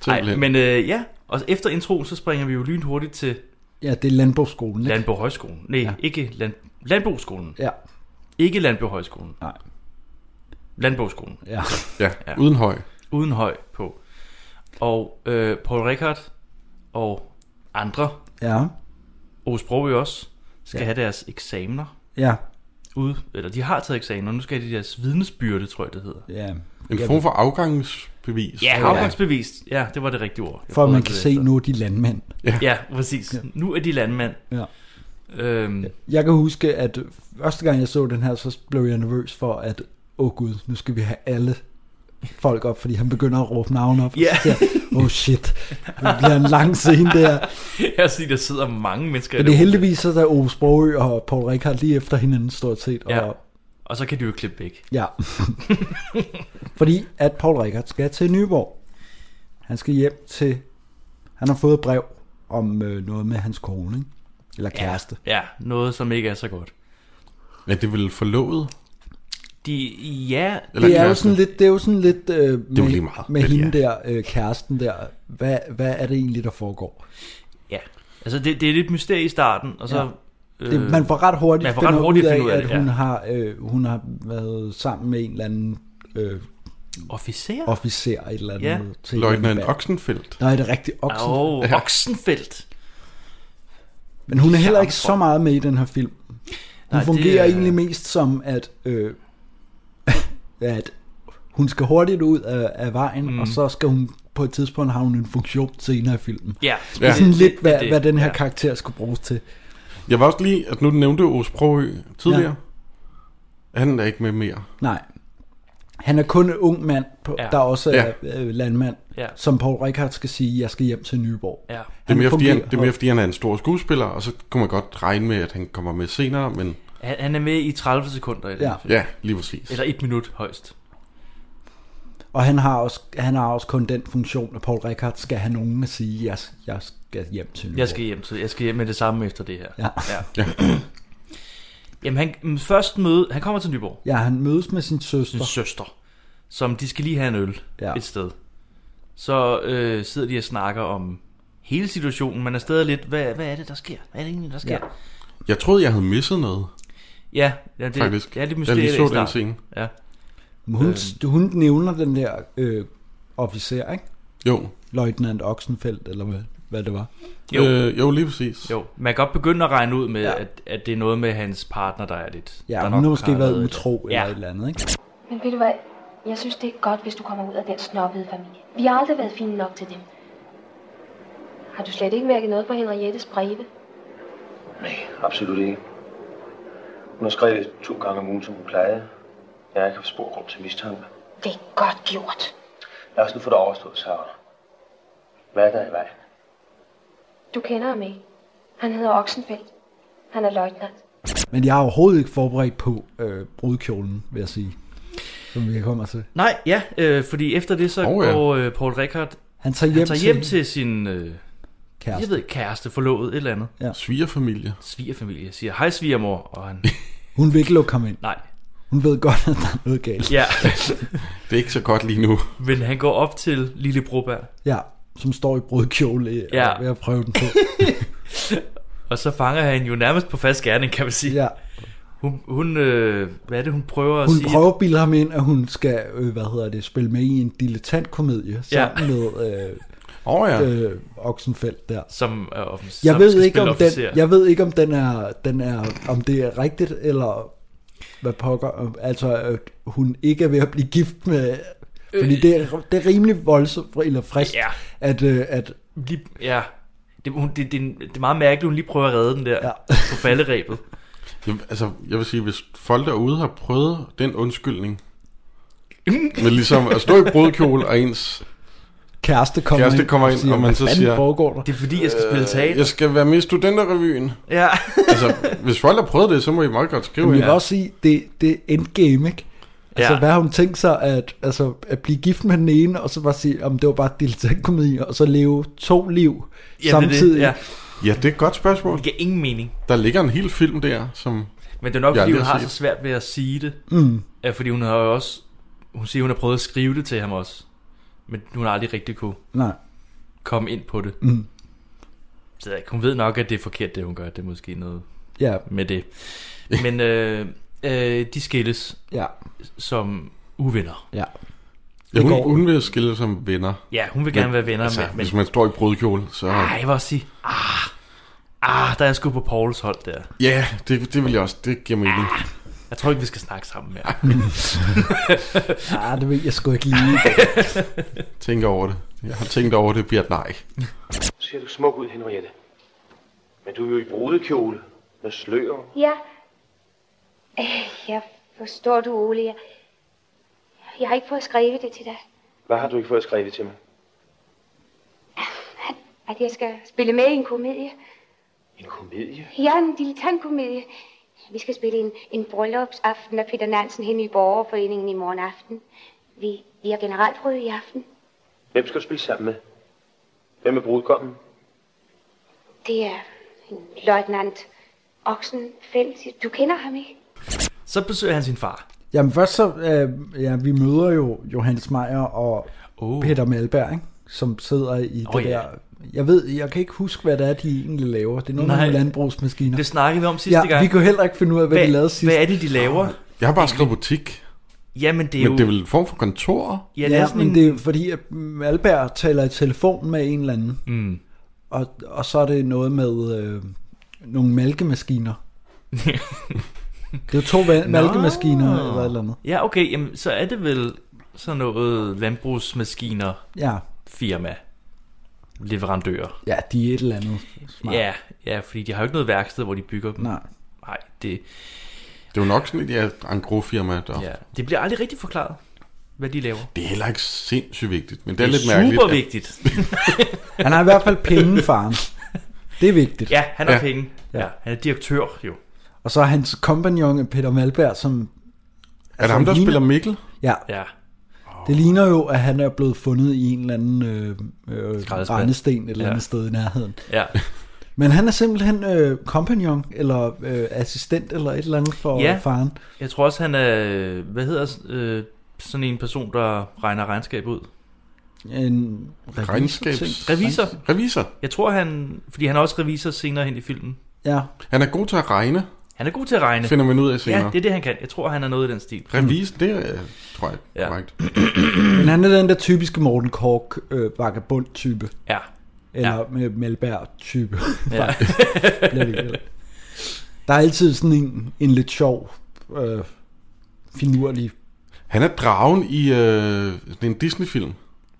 D: Simpelthen.
C: Ej, men øh, ja, og efter introen, så springer vi jo lynhurtigt til
E: Ja, det er landbrugsskolen, ikke?
C: Landborg Højskolen. Nej,
E: Ja.
C: ja. ikke land... Landbrugsskolen.
E: Ja,
C: Ikke Landborg Højskolen.
E: Nej.
C: Landbrugsskolen.
E: ja.
D: Ja,
C: Ja.
D: uden høj.
C: Uden høj på. Og øh, Paul Rickard og andre,
E: Ja,
C: Ove Sprogø også, skal ja.
E: Ja.
C: have deres eksamener
E: ja,
C: ude. Eller de har taget eksamener, nu skal de deres vidnesbyrde, tror jeg det hedder.
E: ja.
D: En
E: Jamen.
D: form for afgangsbevis.
C: Ja, afgangsbevist. Ja, det var det rigtige ord. Jeg
E: For at
C: prøvede
E: man
C: at
E: kan
C: lede
E: se,
C: efter.
E: nu er de landmænd.
C: Ja, præcis.
E: Ja.
C: Nu er de landmænd.
E: Ja.
C: Øhm,
E: Jeg kan huske, at første gang jeg så den her, så blev jeg nervøs for, at åh oh gud, nu skal vi have alle folk op, fordi han begynder at råbe navn op.
C: Ja.
E: Og så siger, jeg, oh shit, det bliver en lang scene der.
C: Jeg siger, der sidder mange mennesker i
E: Men det er
C: rum.
E: heldigvis, så der Ove Sprogø og Paul Rikard lige efter hinanden stort set. Og,
C: Ja. Og så kan du jo klippe væk.
E: ja. fordi at Paul Rikard skal til Nyborg. Han skal hjem til, han har fået brev om øh, noget med hans kone, ikke? eller kæreste.
C: Ja, noget som ikke er så godt.
D: Ja, det er vel forlovet?
C: De, ja,
D: Eller
E: det er jo
D: kæreste?
E: sådan lidt, det er jo sådan lidt øh, med,
D: jo lige meget,
E: med
D: vel,
E: hende
D: ja.
E: der, øh, kæresten der. Hvad, hvad er det egentlig, der foregår?
C: ja. Altså, det, det er lidt mysterie i starten, og så... Ja.
E: Øh, det, man får ret hurtigt,
C: man får ret hurtigt
E: ud af,
C: finde ud af
E: at
C: det,
E: hun,
C: ja.
E: har, øh, hun har været sammen med en eller anden øh,
C: Officer?
E: officer et eller andet.
C: Ja.
E: til en eller
D: Løgneren
E: anden band.
D: Oxenfeldt.
E: Nej, det er rigtigt oksen.
C: Åh, oh, Oxenfeldt.
E: Men hun er heller ikke
C: Charmefrø.
E: så meget med i den her film. Hun
C: Nej,
E: Nej,
C: det
E: fungerer
C: er-
E: det... egentlig mest som, at, øh, at hun skal hurtigt ud af, af vejen, mm. og så skal hun på et tidspunkt have en funktion senere i filmen.
C: Ja,
E: Det er sådan lidt, hvad,
C: det-
E: hvad den her
C: ja.
E: karakter skulle bruges til.
D: Jeg var også lige, at nu nævnte Osprogø tidligere. Ja. Han er ikke med mere.
E: Nej. Han er kun en ung mand, på, ja.
C: Ja.
E: der også er
D: Ja.
E: ja. landmand,
C: Ja.
E: som Paul Rickard skal sige, jeg skal hjem til Nyborg.
C: Ja.
D: Det er, mere, fordi han,
E: fungerer-
D: det er mere, fordi han er en stor skuespiller, og så kunne man godt regne med, at han kommer med senere, men
C: Han, han er med i 30 sekunder. Eller,
E: Ja.
D: ja, lige præcis.
C: eller et minut højst.
E: Og han har, også, han har også kun den funktion, at Paul Rickard skal have nogen at sige, jeg, jeg skal hjem til Nyborg.
C: Jeg skal hjem, til, jeg skal hjem med det samme efter det her.
E: Ja.
C: ja. Jamen, han, mm, først møde, han kommer til Nyborg.
E: Ja, han mødes med sin
C: Sin
E: søster.
C: søster. Som de skal lige have en øl
E: Ja.
C: ja. et sted. Så øh, sidder de og snakker om hele situationen. Man er stadig lidt, hvad, hvad er det, der sker? Hvad er det egentlig, der sker?
E: Ja.
D: Jeg troede, jeg havde misset noget,
C: Ja, ja det,
D: faktisk.
C: det er lidt
D: jeg
C: mysteriet
D: lige
C: i
D: så den
C: starten.
D: scene.
C: Ja. øh,
E: Hun, hun nævner den der øh, officer, ikke?
D: Jo,
E: Løjtnant Oxenfeldt, eller hvad, hvad det var.
C: Jo.
D: jo. Øh, jo lige præcis. Jo.
C: Jo, man kan godt begynde at regne ud med,
E: Ja.
C: ja. at, at det er noget med hans partner, der er lidt...
E: Ja,
C: der
E: hun
C: nok
E: har måske været
C: et-
E: utro
C: ja.
E: eller et eller andet, ikke?
H: Men ved du hvad? Jeg synes, det er godt, hvis du kommer ud af den snobbede familie. Vi har aldrig været fine nok til dem. Har du slet ikke mærket noget på Henriettes breve?
I: Nej, absolut ikke. Hun har skrevet to gange om ugen, som hun plejede. Jeg har ikke haft spor grund til mistanke.
H: Det er godt gjort.
I: Lad os nu få det overstået, Sarah. Hvad er der i vejen?
H: Du kender ham ikke. Han hedder Oxenfeldt. Han er løjtnant.
E: Men jeg er overhovedet ikke forberedt på øh, brudkjolen, vil jeg sige. Som vi kommer til.
C: Nej, ja, øh, fordi efter det, så
D: Åh,
C: oh,
D: ja.
C: ja. går øh, Paul Rickard
E: Han tager hjem,
C: hjem, tager hjem til sin øh, jeg
E: kæresten.
C: ved, ikke, kæreste, forlovet, et eller andet.
D: Svigerfamilie.
C: Svigerfamilie siger, hej svigermor, og han,
E: Hun vil ikke lukke ham ind.
C: nej.
E: Hun ved godt, at der er noget galt.
C: Ja,
D: Det er ikke så godt lige nu.
C: men han går op til Lille Broberg,
E: Ja, som står i brudkjole og
C: Ja.
E: er ved at prøve den på.
C: og så fanger han jo nærmest på fast gerning, kan man sige.
E: Ja.
C: Hun, hun øh, hvad er det, hun prøver at
E: Hun
C: sige?
E: prøver at bilde ham ind, at hun skal, øh, hvad hedder det, spille med i en dilettantkomedie sammen med
D: Åh oh, ja.
E: øh, øh, Oxenfeldt der.
C: Som, øh, som
E: Jeg
C: skal
E: ved, ikke,
C: spille
E: om
C: officer.
E: den, jeg ved ikke, om den er, den er, om det er rigtigt, eller hvad pokker, altså at hun ikke er ved at blive gift med... Fordi det er, det er rimelig voldsomt, eller frisk,
C: Ja.
E: at, øh, at
C: Lige, ja. Det, hun, det, det, er en- det er meget mærkeligt, hun lige prøver at redde den der
E: Ja.
C: ja. på falderæbet.
D: Jamen, altså, jeg vil sige, hvis folk derude har prøvet den undskyldning, men ligesom at stå i brudkjole, og ens
E: kæreste kommer
D: Kæreste
E: ind,
D: kommer
E: og,
D: ind,
E: siger,
D: og man
E: "Hvad
D: så
E: fanden
D: siger,
E: foregår der?
C: Det er fordi, jeg skal spille teater.
D: jeg skal være med i studenterrevyen.
C: Ja.
D: Altså, hvis folk har prøvet det, så må I meget godt skrive
E: Men jeg
D: ind.
E: vil også sige, det, det er endgame, ikke? Altså, ja.
C: Ja.
E: hvad har hun tænkt sig, at, altså, at blive gift med den ene, og så bare sige, om det var bare dilettantkomedi, og så leve to liv ja,
C: Jamen,
E: samtidig.
C: Det, er det. ja.
D: Ja, det er et godt spørgsmål.
C: det giver ingen mening.
D: Der ligger en hel film der, som...
C: Men det er nok,
D: Jeg er
C: fordi
D: lige
C: hun
D: at
C: har
D: sige-
C: så svært ved at sige det.
E: Mm.
C: Ja, fordi hun har jo også... Hun siger, hun har prøvet at skrive det til ham også. Men hun har aldrig rigtig kunne
E: Nej.
C: komme ind på det.
E: Mm.
C: Så jeg- hun ved nok, at det er forkert, det hun gør. Det er måske noget
E: Ja,
C: med det. Men øh, øh, de skilles
E: ja,
C: som uvenner.
E: ja.
D: Ja,
E: går-
D: hun, hun vil skille som venner.
C: Ja, hun vil gerne være venner
D: altså,
C: med. Men,
D: Hvis man står i brudkjole, så...
C: ej, jeg vil også sige... Ah, ah, der er jeg sgu på Pauls hold der.
D: Ja, det, det vil jeg også. Det giver mening.
C: Jeg tror ikke, vi skal snakke sammen mere.
E: Ah, det ved jeg sgu ikke lige.
D: Tænk over det. Jeg har tænkt over det, bliver et nej.
I: Nu ser du smuk ud, Henriette. Men du er jo i brudekjole med slør.
H: Ja. Øh, Jeg forstår du, Ole. Jeg, jeg har ikke fået skrevet det til dig,
I: Hvad har du ikke fået skrevet til mig?
H: at jeg skal spille med i en komedie.
I: En komedie?
H: Ja, en dilettantkomedie. Vi skal spille en, en bryllupsaften af Peter Nansen hen i Borgerforeningen i morgen aften. Vi, vi har generalprøve i aften.
I: Hvem skal du spille sammen med? Hvem er brudgommen?
H: Det er en løjtnant Oxenfeldt. Du kender ham ikke?
C: Så besøger han sin far.
E: Jamen først så, øh, ja, vi møder jo Johannes Meyer og
C: Oh.
E: uh. Peter Malberg, ikke? som sidder i
C: Åh,
E: det
C: ja.
E: der... Jeg ved, jeg kan ikke huske, hvad det er, de egentlig laver. Det er nogle
C: Nej.
E: af landbrugsmaskiner.
C: Det snakkede vi om sidste
E: ja,
C: gang.
E: vi kunne heller ikke finde ud af, hvad, hvad de lavede
C: hvad,
E: sidst. Ah.
C: hvad er det, de laver?
D: Jeg har bare skrevet butik,
C: Jamen, det er jo...
D: men det er vel en form for kontor?
C: Ja, det er
E: Ja,
C: sådan
E: men
C: en...
E: det er fordi, at Malberg taler i telefon med en eller anden,
C: Mm.
E: og, og så er det noget med øh, nogle mælkemaskiner. det er jo to val- mælkemaskiner eller et eller andet.
C: Ja, okay, jamen, så er det vel sådan noget landbrugsmaskiner
E: Ja,
C: firma leverandører.
E: ja de er et eller andet. Smart.
C: Ja, ja, fordi de har jo ikke noget værksted, hvor de bygger dem.
E: Nej.
C: Nej, det,
D: Det er jo nok sådan et ja, en gros firma, der...
C: ja. det bliver aldrig rigtig forklaret, hvad de laver.
D: Det er heller ikke sindssygt vigtigt, men det er, lidt mærkeligt.
C: super
D: at-
C: vigtigt.
E: Han har i hvert fald penge, faren. Det er vigtigt.
C: Ja, han har
D: Ja.
C: penge. Ja, han er direktør jo.
E: Og så er hans kompagnon Peter Malberg, som...
D: Er det ham, der
E: ligner-
D: spiller Mikkel?
E: Ja,
C: Ja,
E: det ligner jo, at han er blevet fundet i en eller anden øh, øh,
C: Skraldespand.
E: rendesten et eller
C: Ja.
E: andet sted i nærheden.
C: ja.
E: Men han er simpelthen øh, kompagnon, eller øh, assistent, eller et eller andet for ja.
C: Ja.
E: faren.
C: Jeg tror også, han er... Hvad hedder øh, sådan en person, der regner regnskab ud?
E: En
D: Regnskabs-
E: ting.
C: Revisor.
D: Revisor.
C: Jeg tror, han... Fordi han er også revisor senere hen i filmen.
E: Ja,
D: Han er god til at regne,
C: Han er god til at regne.
D: finder man ud af
C: Ja,
D: senere.
C: det er det, han kan. Jeg tror, han er noget i den stil.
D: Revisor, det er, tror jeg,
C: Ja.
D: korrekt.
E: men han er den der typiske Morten Kork øh, vagabond-type,
C: Ja.
E: eller ja. Melberg-type.
C: ja.
E: bliver det kaldt. der er altid sådan en, en lidt sjov, øh, finurlig...
D: Han er dragen i øh, sådan en Disney-film.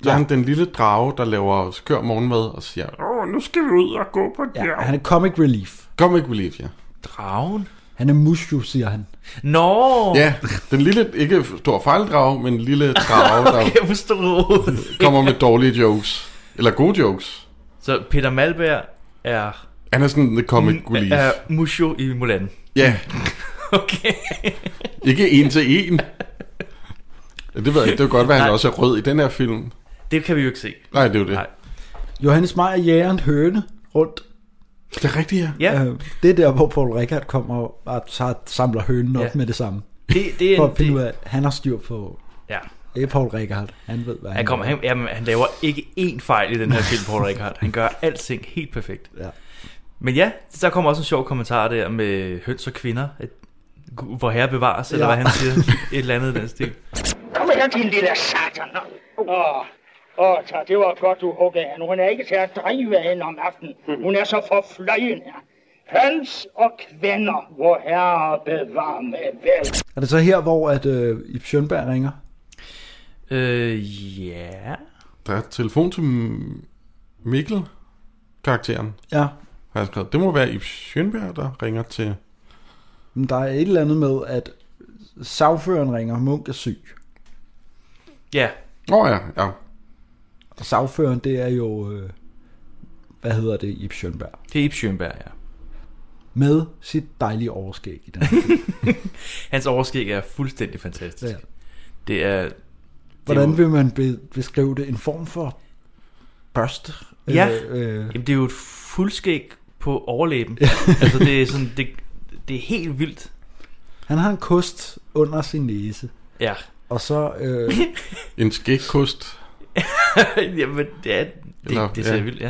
D: Så
E: Ja.
D: ja. han den lille drage, der laver skør morgenmad og siger, Åh, nu skal vi ud og gå på et
E: Ja,
D: bjerg.
E: han er comic relief.
D: Kom ikke, Believe, ja.
C: Dragen?
E: Han er mushu, siger han.
C: Nå!
D: Ja, den lille, ikke stor fejldrage, men en lille drage, okay.
C: Jeg forstod.
D: der kommer med dårlige jokes. Eller gode jokes.
C: Så Peter Malberg er...
D: Han er sådan the comic relief.
C: er Musho i Mulan.
D: Ja,
C: Okay.
D: ikke en til en. Ja, Det ved jeg ikke, det kan godt være, at han også er rød i den her film.
C: Det kan vi jo ikke se.
D: Nej, det er jo det.
C: Nej.
E: Johannes Meyer jæger en høne rundt.
D: Det er rigtigt, ja.
C: Ja,
E: Øh, det er der, hvor Paul Rickard kommer og tager, samler hønen op
C: Ja.
E: ja. med det samme.
C: det, det
E: For
C: er...
E: at finde ud
C: Det,
E: af, at han har styr på
C: ja.
E: Det er Paul Rikard. Han ved, hvad han,
C: Han, kommer,
E: laver.
C: han, jamen, han laver ikke én fejl i den her film, Paul Rickard. Han gør alting helt perfekt.
E: Ja.
C: Men ja, der kommer også en sjov kommentar der med høns og kvinder. At, Gud, hvor herre bevares, eller
E: Ja.
C: hvad han siger. Et eller andet i den stil.
J: Kom her, din lille satan. Åh, åh, så det var godt, du huggede hende. Hun er ikke til at drive hende om aftenen. Hun er så forfløjende. Høns og kvinder, hvor herre bevar med vel.
E: Er det så her, hvor at, øh, Ip Schønberg ringer?
C: Øh, ja.
D: Der er telefon til M- Mikkel-karakteren.
E: Ja.
D: Har jeg skrevet. Det må være Ip Schønberg, der ringer til...
E: Men der er et eller andet med, at sagføreren ringer, Munk er syg.
C: Ja.
D: Åh oh, ja, ja.
E: Og sagføreren, det er jo, øh, hvad hedder det, Ip Schønberg.
C: Det er Ip Schønberg, ja.
E: Med sit dejlige overskæg i den.
C: Hans overskæg er fuldstændig fantastisk.
E: Ja.
C: Ja. Det er... det er
E: Hvordan
C: jo-
E: vil man be- beskrive det? En form for børst?
C: Ja,
E: Øh, øh,
C: Jamen, det er jo et fuldskæg på overlæben. altså, det er sådan... Det, det er helt vildt.
E: han har en kost under sin næse.
C: Ja.
E: Og så... Øh,
D: En skægkost.
C: Jamen, det, er, det,
D: Eller-
C: det ser
D: ja.
C: ja. vildt,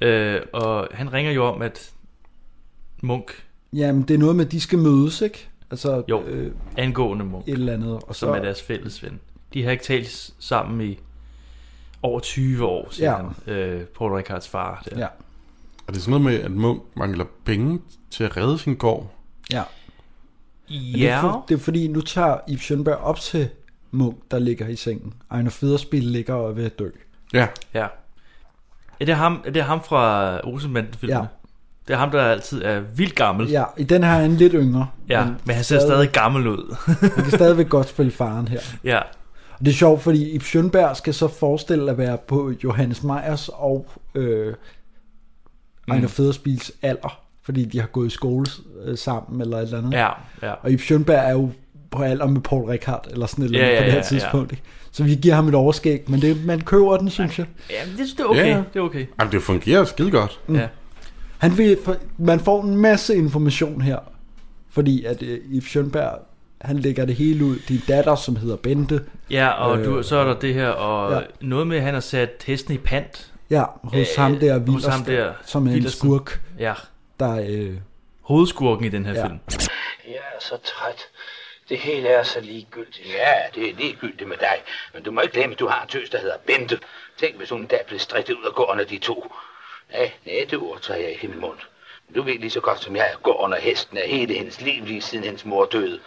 C: ja. Øh, og han ringer jo om, at Munk
E: jamen, det er noget med, at de skal mødes, ikke? Altså,
C: Jo.
E: Øh,
C: angående Munk,
E: et eller andet. Og
C: som er
E: så,
C: deres fælles ven. De har ikke talt s- sammen i over 20 år, siger
E: Ja.
C: ja. han. Øh, Paul Ricards far der.
E: Ja.
C: Ja.
D: Er det sådan noget med, at Munk mangler penge til at redde sin gård?
E: ja. Men Det, er
C: ja.
E: for, det er fordi, nu tager Ip Schønberg op til Munk, der ligger i sengen. Ejner Federspil ligger og er ved at dø.
D: Ja,
C: Ja. ja det, er ham, det er ham fra Olsenbanden-filmen.
E: Ja.
C: Ja. Det er ham, der altid er vildt gammel. Ja,
E: Ja, i den her er han lidt yngre.
C: ja men, han ser stadig gammel ud.
E: Han kan stadigvæk godt spille faren her.
C: ja.
E: Og det er sjovt, fordi Ip Schønberg skal så forestille at være på Johannes Meyers og øh, Ejner
C: Mm.
E: Federspils alder. Fordi de har gået i skole øh, sammen eller et eller andet.
C: ja, ja.
E: Og Ip Schønberg er jo på alder med Paul Rickard, eller sådan et eller andet
C: Ja,
E: ja,
C: ja,
E: på det her
C: ja, ja.
E: tidspunkt. Ikke? Så vi giver ham et overskæg, men det, man køber den, synes jeg.
C: ja det, det er okay.
D: Ja.
C: Ja. Det er okay.
D: Jamen, det fungerer skide godt.
C: Mm. Ja.
E: Han vil, man får en masse information her, fordi at øh, Ip Schønberg, han lægger det hele ud. Din datter, som hedder Bente,
C: ja, og
E: Øh,
C: du, så er der det her, og
E: ja.
C: ja. noget med, at han har sat hesten i pant.
E: ja, hos
C: Øh,
E: ham der,
C: hos
E: Vildersten,
C: ham der,
E: som er en
C: Wildersen.
E: skurk,
C: Ja,
E: der... Øh,
C: hovedskurken i den her
E: Ja.
C: ja. film.
I: Jeg er så træt. Det hele er så ligegyldigt.
J: Ja, det er ligegyldigt med dig, men du må ikke glemme, at du har en tøs, der hedder Bente. Tænk, hvis hun en dag blev strittet ud af gården af de to. Nej, nej, det ord tager jeg ikke i min mund. Men Du ved lige så godt som jeg, at gården og hesten er hele hendes liv lige siden hendes mor døde.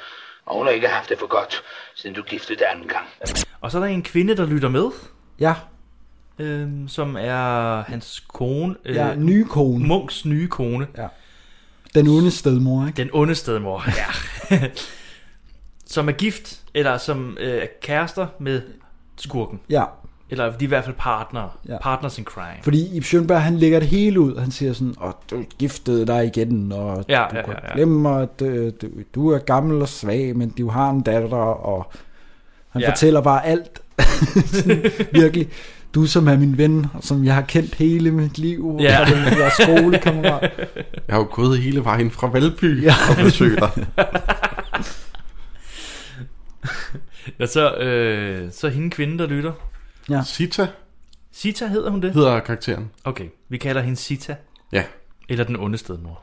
J: Og hun har ikke haft det for godt, siden du giftede dig anden gang.
C: Og så er der en kvinde, der lytter med,
E: ja,
C: øhm, som er hans kone. Øh,
E: ja, nye kone,
C: Munks nye kone.
E: den onde stedmor, ikke?
C: Den onde stedmor. Ja. som er gift, eller som øh, er kærester med skurken.
E: Ja,
C: Eller de er i hvert fald partnere.
E: Ja.
C: Ja. Partners in crime.
E: fordi Ip Schønberg, han lægger det hele ud. Han siger sådan, åh, du giftede dig igen, og
C: Ja,
E: du
C: ja,
E: kan
C: ja, ja.
E: glemme, at øh, du, du er gammel og svag, men du har en datter, og han ja.
C: Ja.
E: fortæller bare alt. Sådan, Virkelig. Du som er min ven, og som jeg har kendt hele mit liv,
C: Ja.
E: og som jeg er skolekammerat.
D: Jeg har jo gået hele vejen fra Valby ja. og besøgt dig.
C: Ja, så, øh, så er hende kvinde, der lytter.
D: Sita
C: Sita hedder hun det?
D: hedder karakteren.
C: Okay, vi kalder hende Sita.
D: Ja.
C: Eller den onde stedmor.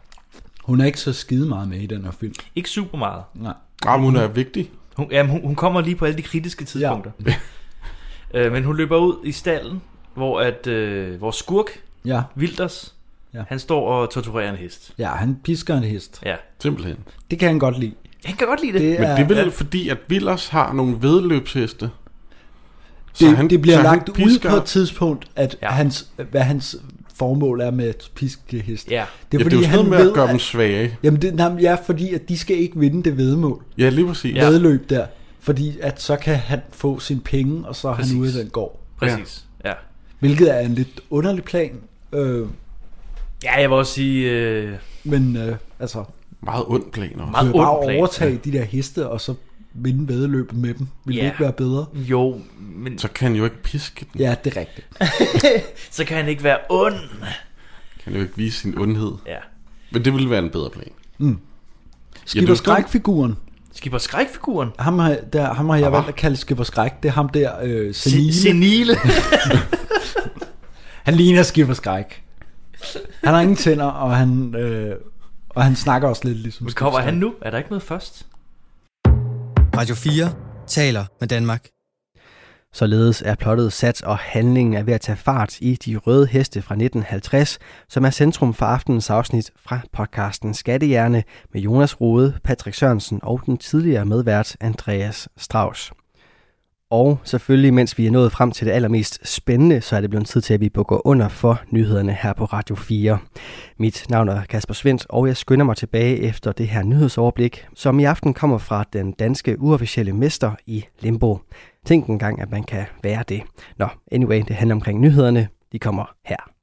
E: Hun er ikke så skide meget med i den her film.
C: Ikke super meget.
E: Nej.
D: Jamen, hun er vigtig.
C: Hun, jamen, hun, hun kommer lige på alle de kritiske tidspunkter. Ja. øh, men hun løber ud i stallen, hvor, at, øh, hvor skurk,
E: Ja,
C: Wilders,
E: Ja.
C: ja. han står og torturerer en hest.
E: ja, han pisker en hest.
C: Ja.
D: Simpelthen.
E: Det kan han godt lide.
C: Han kan godt lide det.
E: Det
D: Men
E: er,
D: det er vel
C: Ja.
D: fordi, at Villers har nogle vedløbsheste. Så
E: det, han, det bliver
D: så han
E: lagt ud
D: pisker-
E: på et tidspunkt, at ja.
C: Ja.
E: hans, hvad hans formål er med at piske hest.
C: Ja.
E: Det
D: Ja,
E: er
D: det er
E: fordi,
D: jo sådan
E: han
D: noget med at
E: ved,
D: gøre dem
E: at,
D: svage.
E: jamen det, nej, men ja, fordi at de skal ikke vinde det vedmål,
D: Ja, lige præcis.
E: ja.
C: Ja.
E: vedløb der, fordi at så kan han få sine penge, og så er han
C: Præcis.
E: ude af den gård.
C: Præcis. Ja.
E: Hvilket er en lidt underlig plan, øh,
C: Ja, jeg vil også sige, øh,
E: men øh, altså,
D: Meget ond plan også.
E: du
C: meget
E: kan bare
C: ond plan.
E: overtage de der heste, og så vinde vedløbet med dem. Vil det
C: Ja.
E: ikke være bedre?
C: Jo, men
D: Så kan han jo ikke piske den.
E: Ja, det er rigtigt.
C: så kan han ikke være ond.
D: Kan jo ikke vise sin ondhed.
C: Ja.
D: Men det ville være en bedre
E: Mm.
D: plan.
E: Skipper Skræk-figuren,
C: Skipper skrækfiguren.
E: ham har, der, ham har jeg
D: Hva?
E: valgt at kalde Skipper Skræk, det er ham der øh, senile.
C: Se- Senile.
E: Han ligner Skipper Skræk. Han har ingen tænder, og han, øh, og han snakker også lidt ligesom Skipper
C: Kommer
E: Skræk.
C: han nu? Er der ikke noget først?
A: Radio 4 taler med Danmark.
B: Således er plottet sat, og handlingen er ved at tage fart i De Røde Heste fra 1950, som er centrum for aftenens afsnit fra podcasten Skattehjerne med Jonas Rode, Patrick Sørensen og den tidligere medvært Andreas Strauss. Og selvfølgelig, mens vi er nået frem til det allermest spændende, så er det blevet tid til, at vi bukker under for nyhederne her på Radio 4. Mit navn er Kasper Svendt, og jeg skynder mig tilbage efter det her nyhedsoverblik, som i aften kommer fra den danske uofficielle mester i Limbo. Tænk engang, at man kan være det. Nå, anyway, det handler omkring nyhederne. De kommer her.